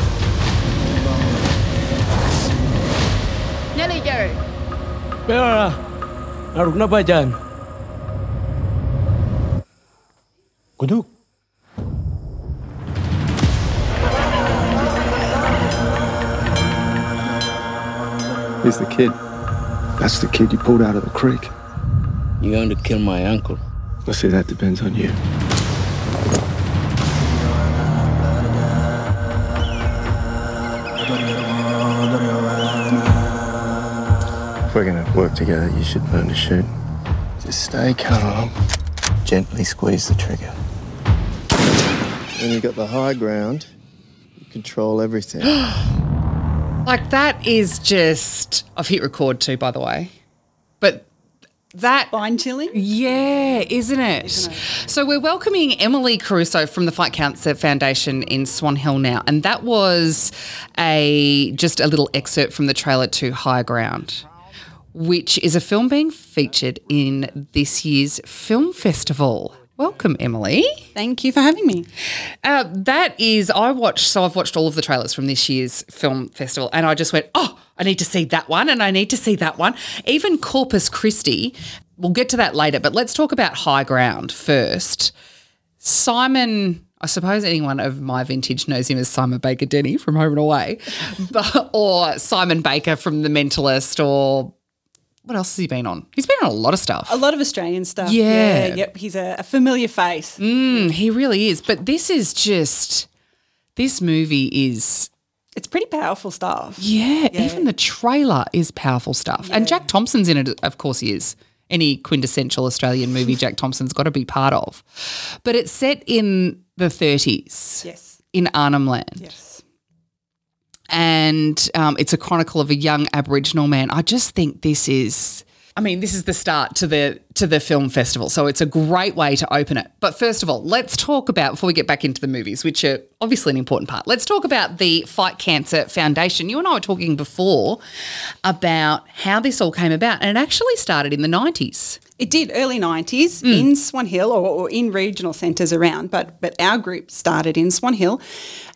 Speaker 3: Nelly Garrett.
Speaker 22: Beara, narugna ba dyan? Kuduk.
Speaker 23: He's the kid. That's the kid you pulled out of the creek.
Speaker 16: You're going to kill my uncle.
Speaker 23: I say that depends on you.
Speaker 5: If we're gonna work together, you should learn to shoot. Just stay calm. Gently squeeze the trigger. When you got the high ground, you control everything.
Speaker 1: Like that is just I've hit record too, by the way. But that spine chilling? Yeah, isn't it? So we're welcoming Emily Caruso from the Fight Cancer Foundation in Swan Hill now. And that was a just a little excerpt from the trailer to High Ground. Which is a film being featured in this year's film festival. Welcome, Emily.
Speaker 6: Thank you for having me.
Speaker 1: Uh, that is, I watched, so I've watched all of the trailers from this year's film festival and I just went, oh, I need to see that one and I need to see that one. Even Corpus Christi, we'll get to that later, but let's talk about High Ground first. Simon, I suppose anyone of my vintage knows him as Simon Baker Denny from Home and Away, but, or Simon Baker from The Mentalist, or what else has he been on? He's been on a lot of stuff.
Speaker 6: A lot of Australian stuff.
Speaker 1: Yeah.
Speaker 6: yep. He's a, a familiar face.
Speaker 1: Mm, he really is. But this is just this movie is
Speaker 6: It's pretty powerful stuff.
Speaker 1: yeah,
Speaker 6: Yeah.
Speaker 1: Even the trailer is powerful stuff. And Jack Thompson's in it. Of course, he is. Any quintessential Australian movie, Jack Thompson's got to be part of. But it's set in the 30s.
Speaker 6: Yes.
Speaker 1: In Arnhem Land. Yes. And um, it's a chronicle of a young Aboriginal man. I just think this is. I mean, this is the start to the to the film festival, so it's a great way to open it. But first of all, let's talk about before we get back into the movies, which are obviously an important part. Let's talk about the Fight Cancer Foundation. You and I were talking before about how this all came about, and it actually started in the nineties.
Speaker 6: It did early 90s in Swan Hill or, or in regional centres around, but, but our group started in Swan Hill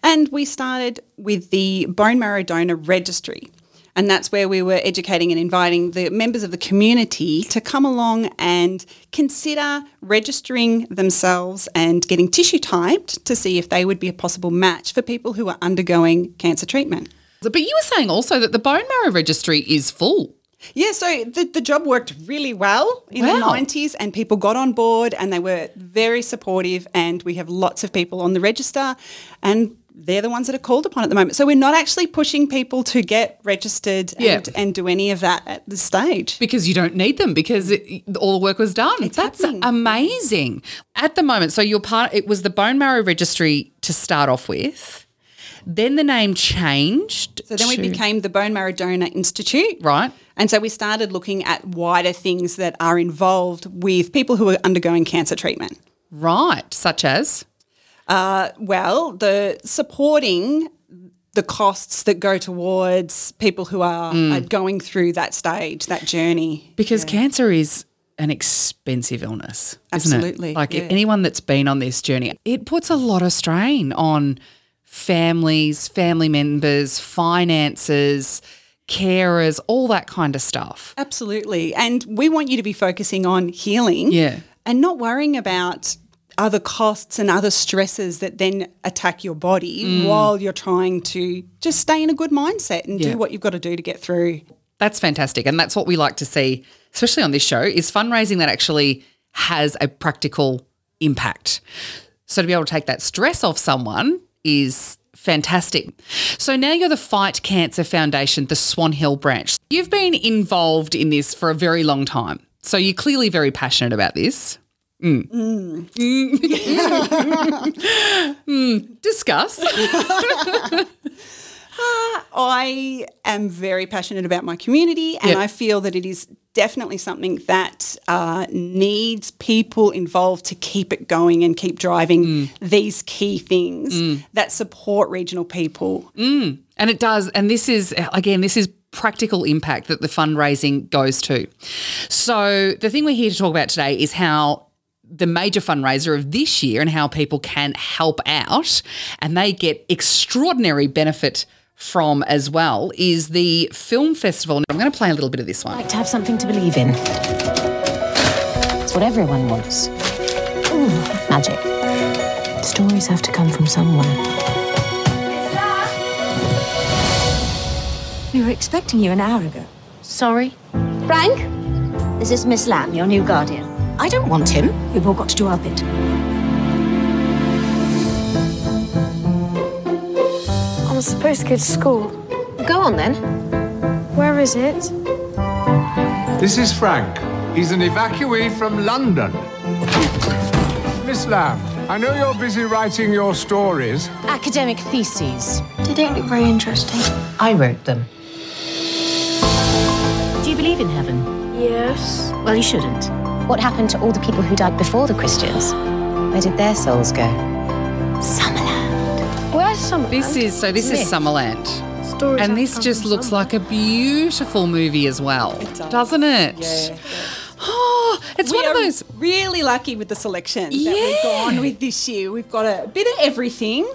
Speaker 6: and we started with the bone marrow donor registry.
Speaker 24: And that's where we were educating and inviting the members of the community to come along and consider registering themselves and getting tissue typed to see if they would be a possible match for people who are undergoing cancer treatment.
Speaker 1: But you were saying also that the bone marrow registry is full.
Speaker 24: Yeah, so the, the job worked really well in the
Speaker 1: Wow.
Speaker 24: 90s, and people got on board and they were very supportive. And we have lots of people on the register, and they're the ones that are called upon at the moment. So we're not actually pushing people to get registered
Speaker 1: Yeah.
Speaker 24: and, and do any of that at this stage.
Speaker 1: Because you don't need them because it, all the work was done. That's amazing. At the moment, so your part it was the bone marrow registry to start off with. Then the name changed.
Speaker 24: So then we
Speaker 1: to-
Speaker 24: became the Bone Marrow Donor Institute.
Speaker 1: right.
Speaker 24: And so we started looking at wider things that are involved with people who are undergoing cancer treatment.
Speaker 1: Right, such as
Speaker 24: Uh, well, the supporting the costs that go towards people who are,
Speaker 1: Mm.
Speaker 24: are going through that stage, that journey.
Speaker 1: because cancer is an expensive illness, isn't
Speaker 24: Absolutely,
Speaker 1: it? Like
Speaker 24: yeah.
Speaker 1: anyone that's been on this journey, it puts a lot of strain on families, family members, finances, carers, all that kind of stuff.
Speaker 24: Absolutely. And we want you to be focusing on healing
Speaker 1: Yeah.
Speaker 24: and not worrying about other costs and other stresses that then attack your body
Speaker 1: Mm.
Speaker 24: while you're trying to just stay in a good mindset and
Speaker 1: Yeah.
Speaker 24: do what you've got to do to get through.
Speaker 1: That's fantastic. And that's what we like to see, especially on this show, is fundraising that actually has a practical impact. So to be able to take that stress off someone is fantastic. So now you're the Fight Cancer Foundation, the Swan Hill branch. You've been involved in this for a very long time. So you're clearly very passionate about this. Mm. Mm. Discuss.
Speaker 24: I am very passionate about my community, and
Speaker 1: Yep.
Speaker 24: I feel that it is definitely something that uh, needs people involved to keep it going and keep driving these key things
Speaker 1: Mm.
Speaker 24: that support regional people.
Speaker 1: Mm, and it does. And this is, again, this is practical impact that the fundraising goes to. So the thing we're here to talk about today is how the major fundraiser of this year and how people can help out and they get extraordinary benefit from as well is the film festival. I'm going to play a little bit of this one.
Speaker 4: like to have something to believe in. It's what everyone wants. Ooh, magic. Stories have to come from someone.
Speaker 9: We were expecting you an hour ago. Sorry? Frank? This is Miss Lamb, your new guardian. I don't want him. We've all got to do our bit.
Speaker 7: I'm supposed to go to school. Go on then. Where is it?
Speaker 10: This is Frank. He's an evacuee from London. Miss Lamb, I know you're busy writing your stories.
Speaker 7: Academic theses. They don't look very interesting.
Speaker 4: I wrote them. Do you believe in heaven?
Speaker 7: Yes.
Speaker 4: Well, you shouldn't. What happened to all the people who died before the Christians? Where did their souls go? Summerland.
Speaker 7: Where's Summerland?
Speaker 1: This is so. This is
Speaker 4: Myth.
Speaker 1: Summerland, and this just looks like a beautiful movie as well, does. not it? Oh, it's
Speaker 24: one of those really lucky with the selection that we've gone with this year. We've got a bit of everything.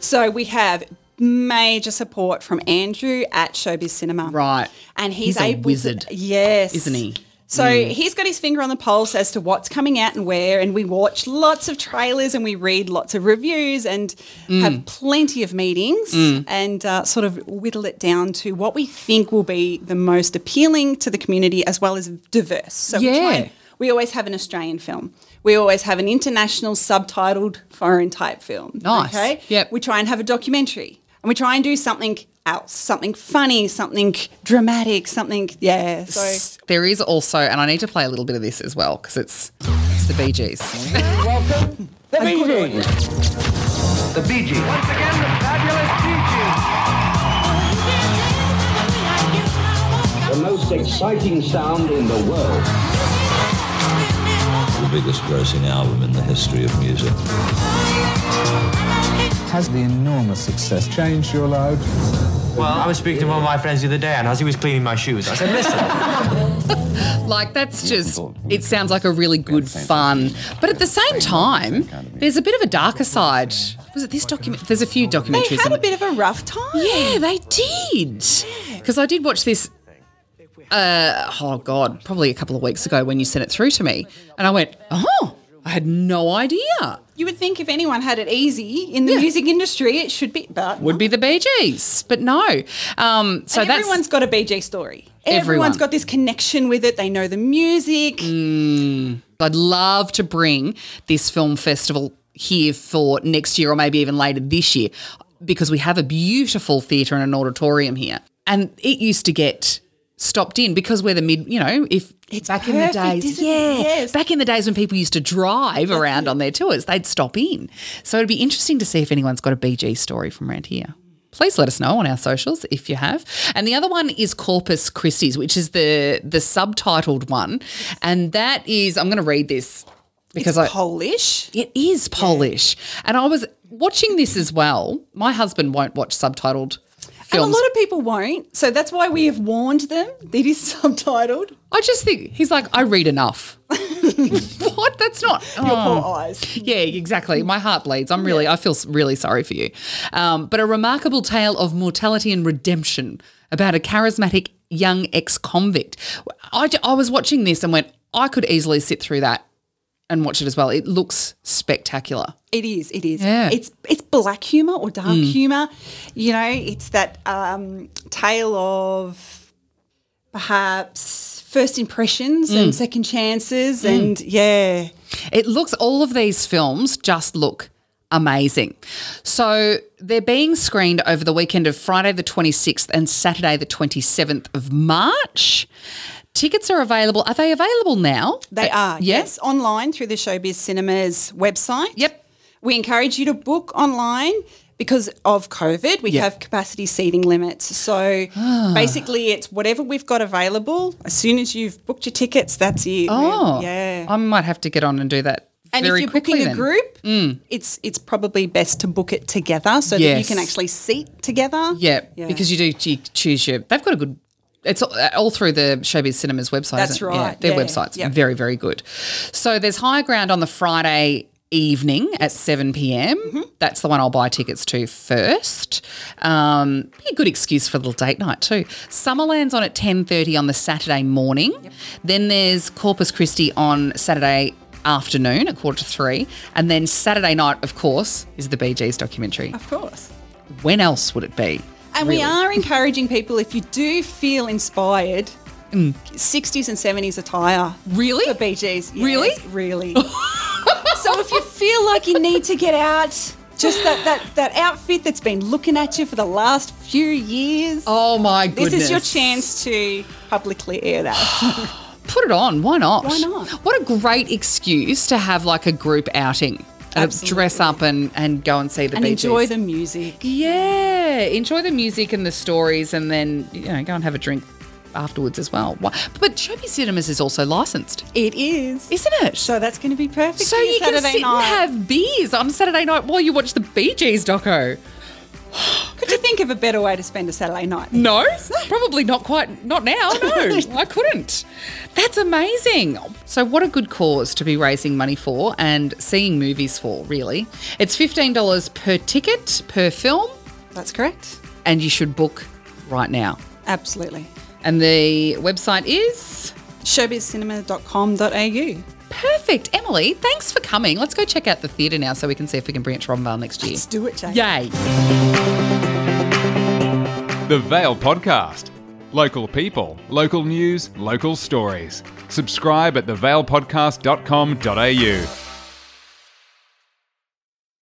Speaker 24: So we have major support from Andrew at Showbiz Cinema.
Speaker 1: Right.
Speaker 24: And he's,
Speaker 1: He's a
Speaker 24: able to-
Speaker 1: wizard,
Speaker 24: yes.
Speaker 1: isn't he?
Speaker 24: So
Speaker 1: Mm.
Speaker 24: he's got his finger on the pulse as to what's coming out and where, and we watch lots of trailers and we read lots of reviews and have plenty of meetings
Speaker 1: Mm.
Speaker 24: and uh, sort of whittle it down to what we think will be the most appealing to the community as well as diverse. So we, try
Speaker 1: Yeah.
Speaker 24: and- we always have an Australian film. We always have an international subtitled foreign type film.
Speaker 1: Nice.
Speaker 24: Okay. Yep. We try and have a documentary, and we try and do something else, something funny, something dramatic, something yeah. So
Speaker 1: There is also, and I need to play a little bit of this as well because it's it's the Bee Gees.
Speaker 26: Welcome, the Bee Gees. The Bee Gees. Once again, the fabulous Bee
Speaker 27: The most exciting sound in the world.
Speaker 3: The biggest grossing album in the history of music.
Speaker 28: Has the enormous success changed your life?
Speaker 29: Well, I was speaking to one of my friends the other day, and as he was cleaning my shoes, I said, "Listen,
Speaker 1: Like that's just it sounds like a really good fun, but at the same time, there's a bit of a darker side. Was it this document? There's a few
Speaker 24: they
Speaker 1: documentaries.
Speaker 24: had
Speaker 1: on
Speaker 24: a
Speaker 1: it.
Speaker 24: bit of a rough time.
Speaker 1: Yeah, they did. Because I did watch this, uh, oh God, probably a couple of weeks ago when you sent it through to me. And I went, oh, I had no idea.
Speaker 24: You would think if anyone had it easy in the music industry, it should be, but
Speaker 1: Would be the Bee Gees, but no. Um, so
Speaker 24: and
Speaker 1: that's.
Speaker 24: everyone's got a BG story.
Speaker 1: Everyone.
Speaker 24: Everyone's got this connection with it. They know the music.
Speaker 1: Mm. I'd love to bring this film festival here for next year or maybe even later this year because we have a beautiful theatre and an auditorium here. And it used to get stopped in because we're the mid, you know, if it's back
Speaker 24: perfect,
Speaker 1: in the days,
Speaker 24: isn't it?
Speaker 1: yeah,
Speaker 24: Yes.
Speaker 1: back in the days when people used to drive around on their tours, they'd stop in. So it'd be interesting to see if anyone's got a BG story from around here. Please let us know on our socials if you have. And the other one is Corpus Christi's, which is the the subtitled one, and that is I'm going to read this because
Speaker 24: It's
Speaker 1: I,
Speaker 24: Polish.
Speaker 1: It is Polish, and I was watching this as well. My husband won't watch subtitled films.
Speaker 24: And a lot of people won't. So that's why we have warned them that it is subtitled.
Speaker 1: I just think he's like, I read enough. what? That's not
Speaker 24: Your
Speaker 1: oh.
Speaker 24: poor eyes.
Speaker 1: Yeah, exactly. My heart bleeds. I'm really, I feel s- really sorry for you. Um, but a remarkable tale of mortality and redemption about a charismatic young ex convict. I, d- I was watching this and went, I could easily sit through that and watch it as well. It looks spectacular.
Speaker 24: It is. It is.
Speaker 1: Yeah.
Speaker 24: It's it's black humor or dark
Speaker 1: Mm.
Speaker 24: humor. You know, it's that um, tale of perhaps first impressions
Speaker 1: Mm.
Speaker 24: and second chances,
Speaker 1: Mm.
Speaker 24: and yeah,
Speaker 1: It looks, all of these films just look amazing. So they're being screened over the weekend of Friday the 26th and Saturday the 27th of March. Tickets are available. Are they available now?
Speaker 24: they are.
Speaker 1: Uh, yeah.
Speaker 24: Yes, online through the Showbiz Cinemas website.
Speaker 1: Yep.
Speaker 24: We encourage you to book online. Because of COVID, we
Speaker 1: Yeah. Ah.
Speaker 24: have capacity seating limits. So basically, it's whatever we've got available. As soon as you've booked your tickets, that's it.
Speaker 1: Oh,
Speaker 24: yeah.
Speaker 1: I might have to get on and do that.
Speaker 24: And if
Speaker 1: very
Speaker 24: you're
Speaker 1: quickly
Speaker 24: booking a
Speaker 1: then.
Speaker 24: group,
Speaker 1: Mm.
Speaker 24: it's it's probably best to book it together so that you
Speaker 1: Yes.
Speaker 24: can actually seat together.
Speaker 1: Yeah,
Speaker 24: Yeah.
Speaker 1: because you do you choose your. They've got a good. It's all, all through the Showbiz Cinemas website.
Speaker 24: That's
Speaker 1: isn't it?
Speaker 24: right.
Speaker 1: their
Speaker 24: Yeah,
Speaker 1: website's
Speaker 24: yeah.
Speaker 1: very very good. So there's higher ground on the Friday evening at 7 p.m.
Speaker 24: Mm-hmm.
Speaker 1: That's the one I'll buy tickets to first. Um, be a good excuse for a little date night too. Summerland's on at 10:30 on the Saturday morning. Then there's Corpus Christi on Saturday afternoon at quarter to 3 and then Saturday night of course is the BG's documentary.
Speaker 24: Of course.
Speaker 1: When else would it be?
Speaker 24: And we
Speaker 1: Really.
Speaker 24: are encouraging people if you do feel inspired,
Speaker 1: Mm.
Speaker 24: 60s and 70s attire.
Speaker 1: Really?
Speaker 24: For BGs. Yes,
Speaker 1: Really?
Speaker 24: Really. so if you feel like you need to get out, just that, that, that outfit that's been looking at you for the last few years.
Speaker 1: Oh my
Speaker 24: This is your
Speaker 1: goodness.
Speaker 24: chance to publicly air that.
Speaker 1: Put it on. Why not?
Speaker 24: Why not?
Speaker 1: What a great excuse to have like a group outing. Uh, dress up and, and go and see the
Speaker 24: and
Speaker 1: Bee
Speaker 24: enjoy
Speaker 1: Gees.
Speaker 24: the music.
Speaker 1: Yeah, enjoy the music and the stories, and then you know go and have a drink afterwards as well. Wha- But Showbiz Cinemas is also licensed.
Speaker 24: It is,
Speaker 1: isn't it?
Speaker 24: So that's going to be perfect.
Speaker 1: So
Speaker 24: for your
Speaker 1: you can
Speaker 24: Saturday
Speaker 1: sit
Speaker 24: night.
Speaker 1: and have beers on Saturday night while you watch the Bee Gees doco.
Speaker 24: Could you think of a better way to spend a Saturday night?
Speaker 1: No, probably not quite. Not now. No, I couldn't. That's amazing. So, what a good cause to be raising money for and seeing movies for. Really, it's fifteen dollars per ticket per film,
Speaker 24: That's correct.
Speaker 1: and you should book right now.
Speaker 24: Absolutely.
Speaker 1: And the website is
Speaker 24: Showbizcinema.com.au.
Speaker 1: perfect. Emily, thanks for coming. Let's go check out the theatre now, so we can see if we can bring it to Robinvale next year.
Speaker 24: Let's do it, Jane.
Speaker 1: Yay!
Speaker 10: The Vale Podcast. Local people, local news, local stories. Subscribe at thevalepodcast.com.au.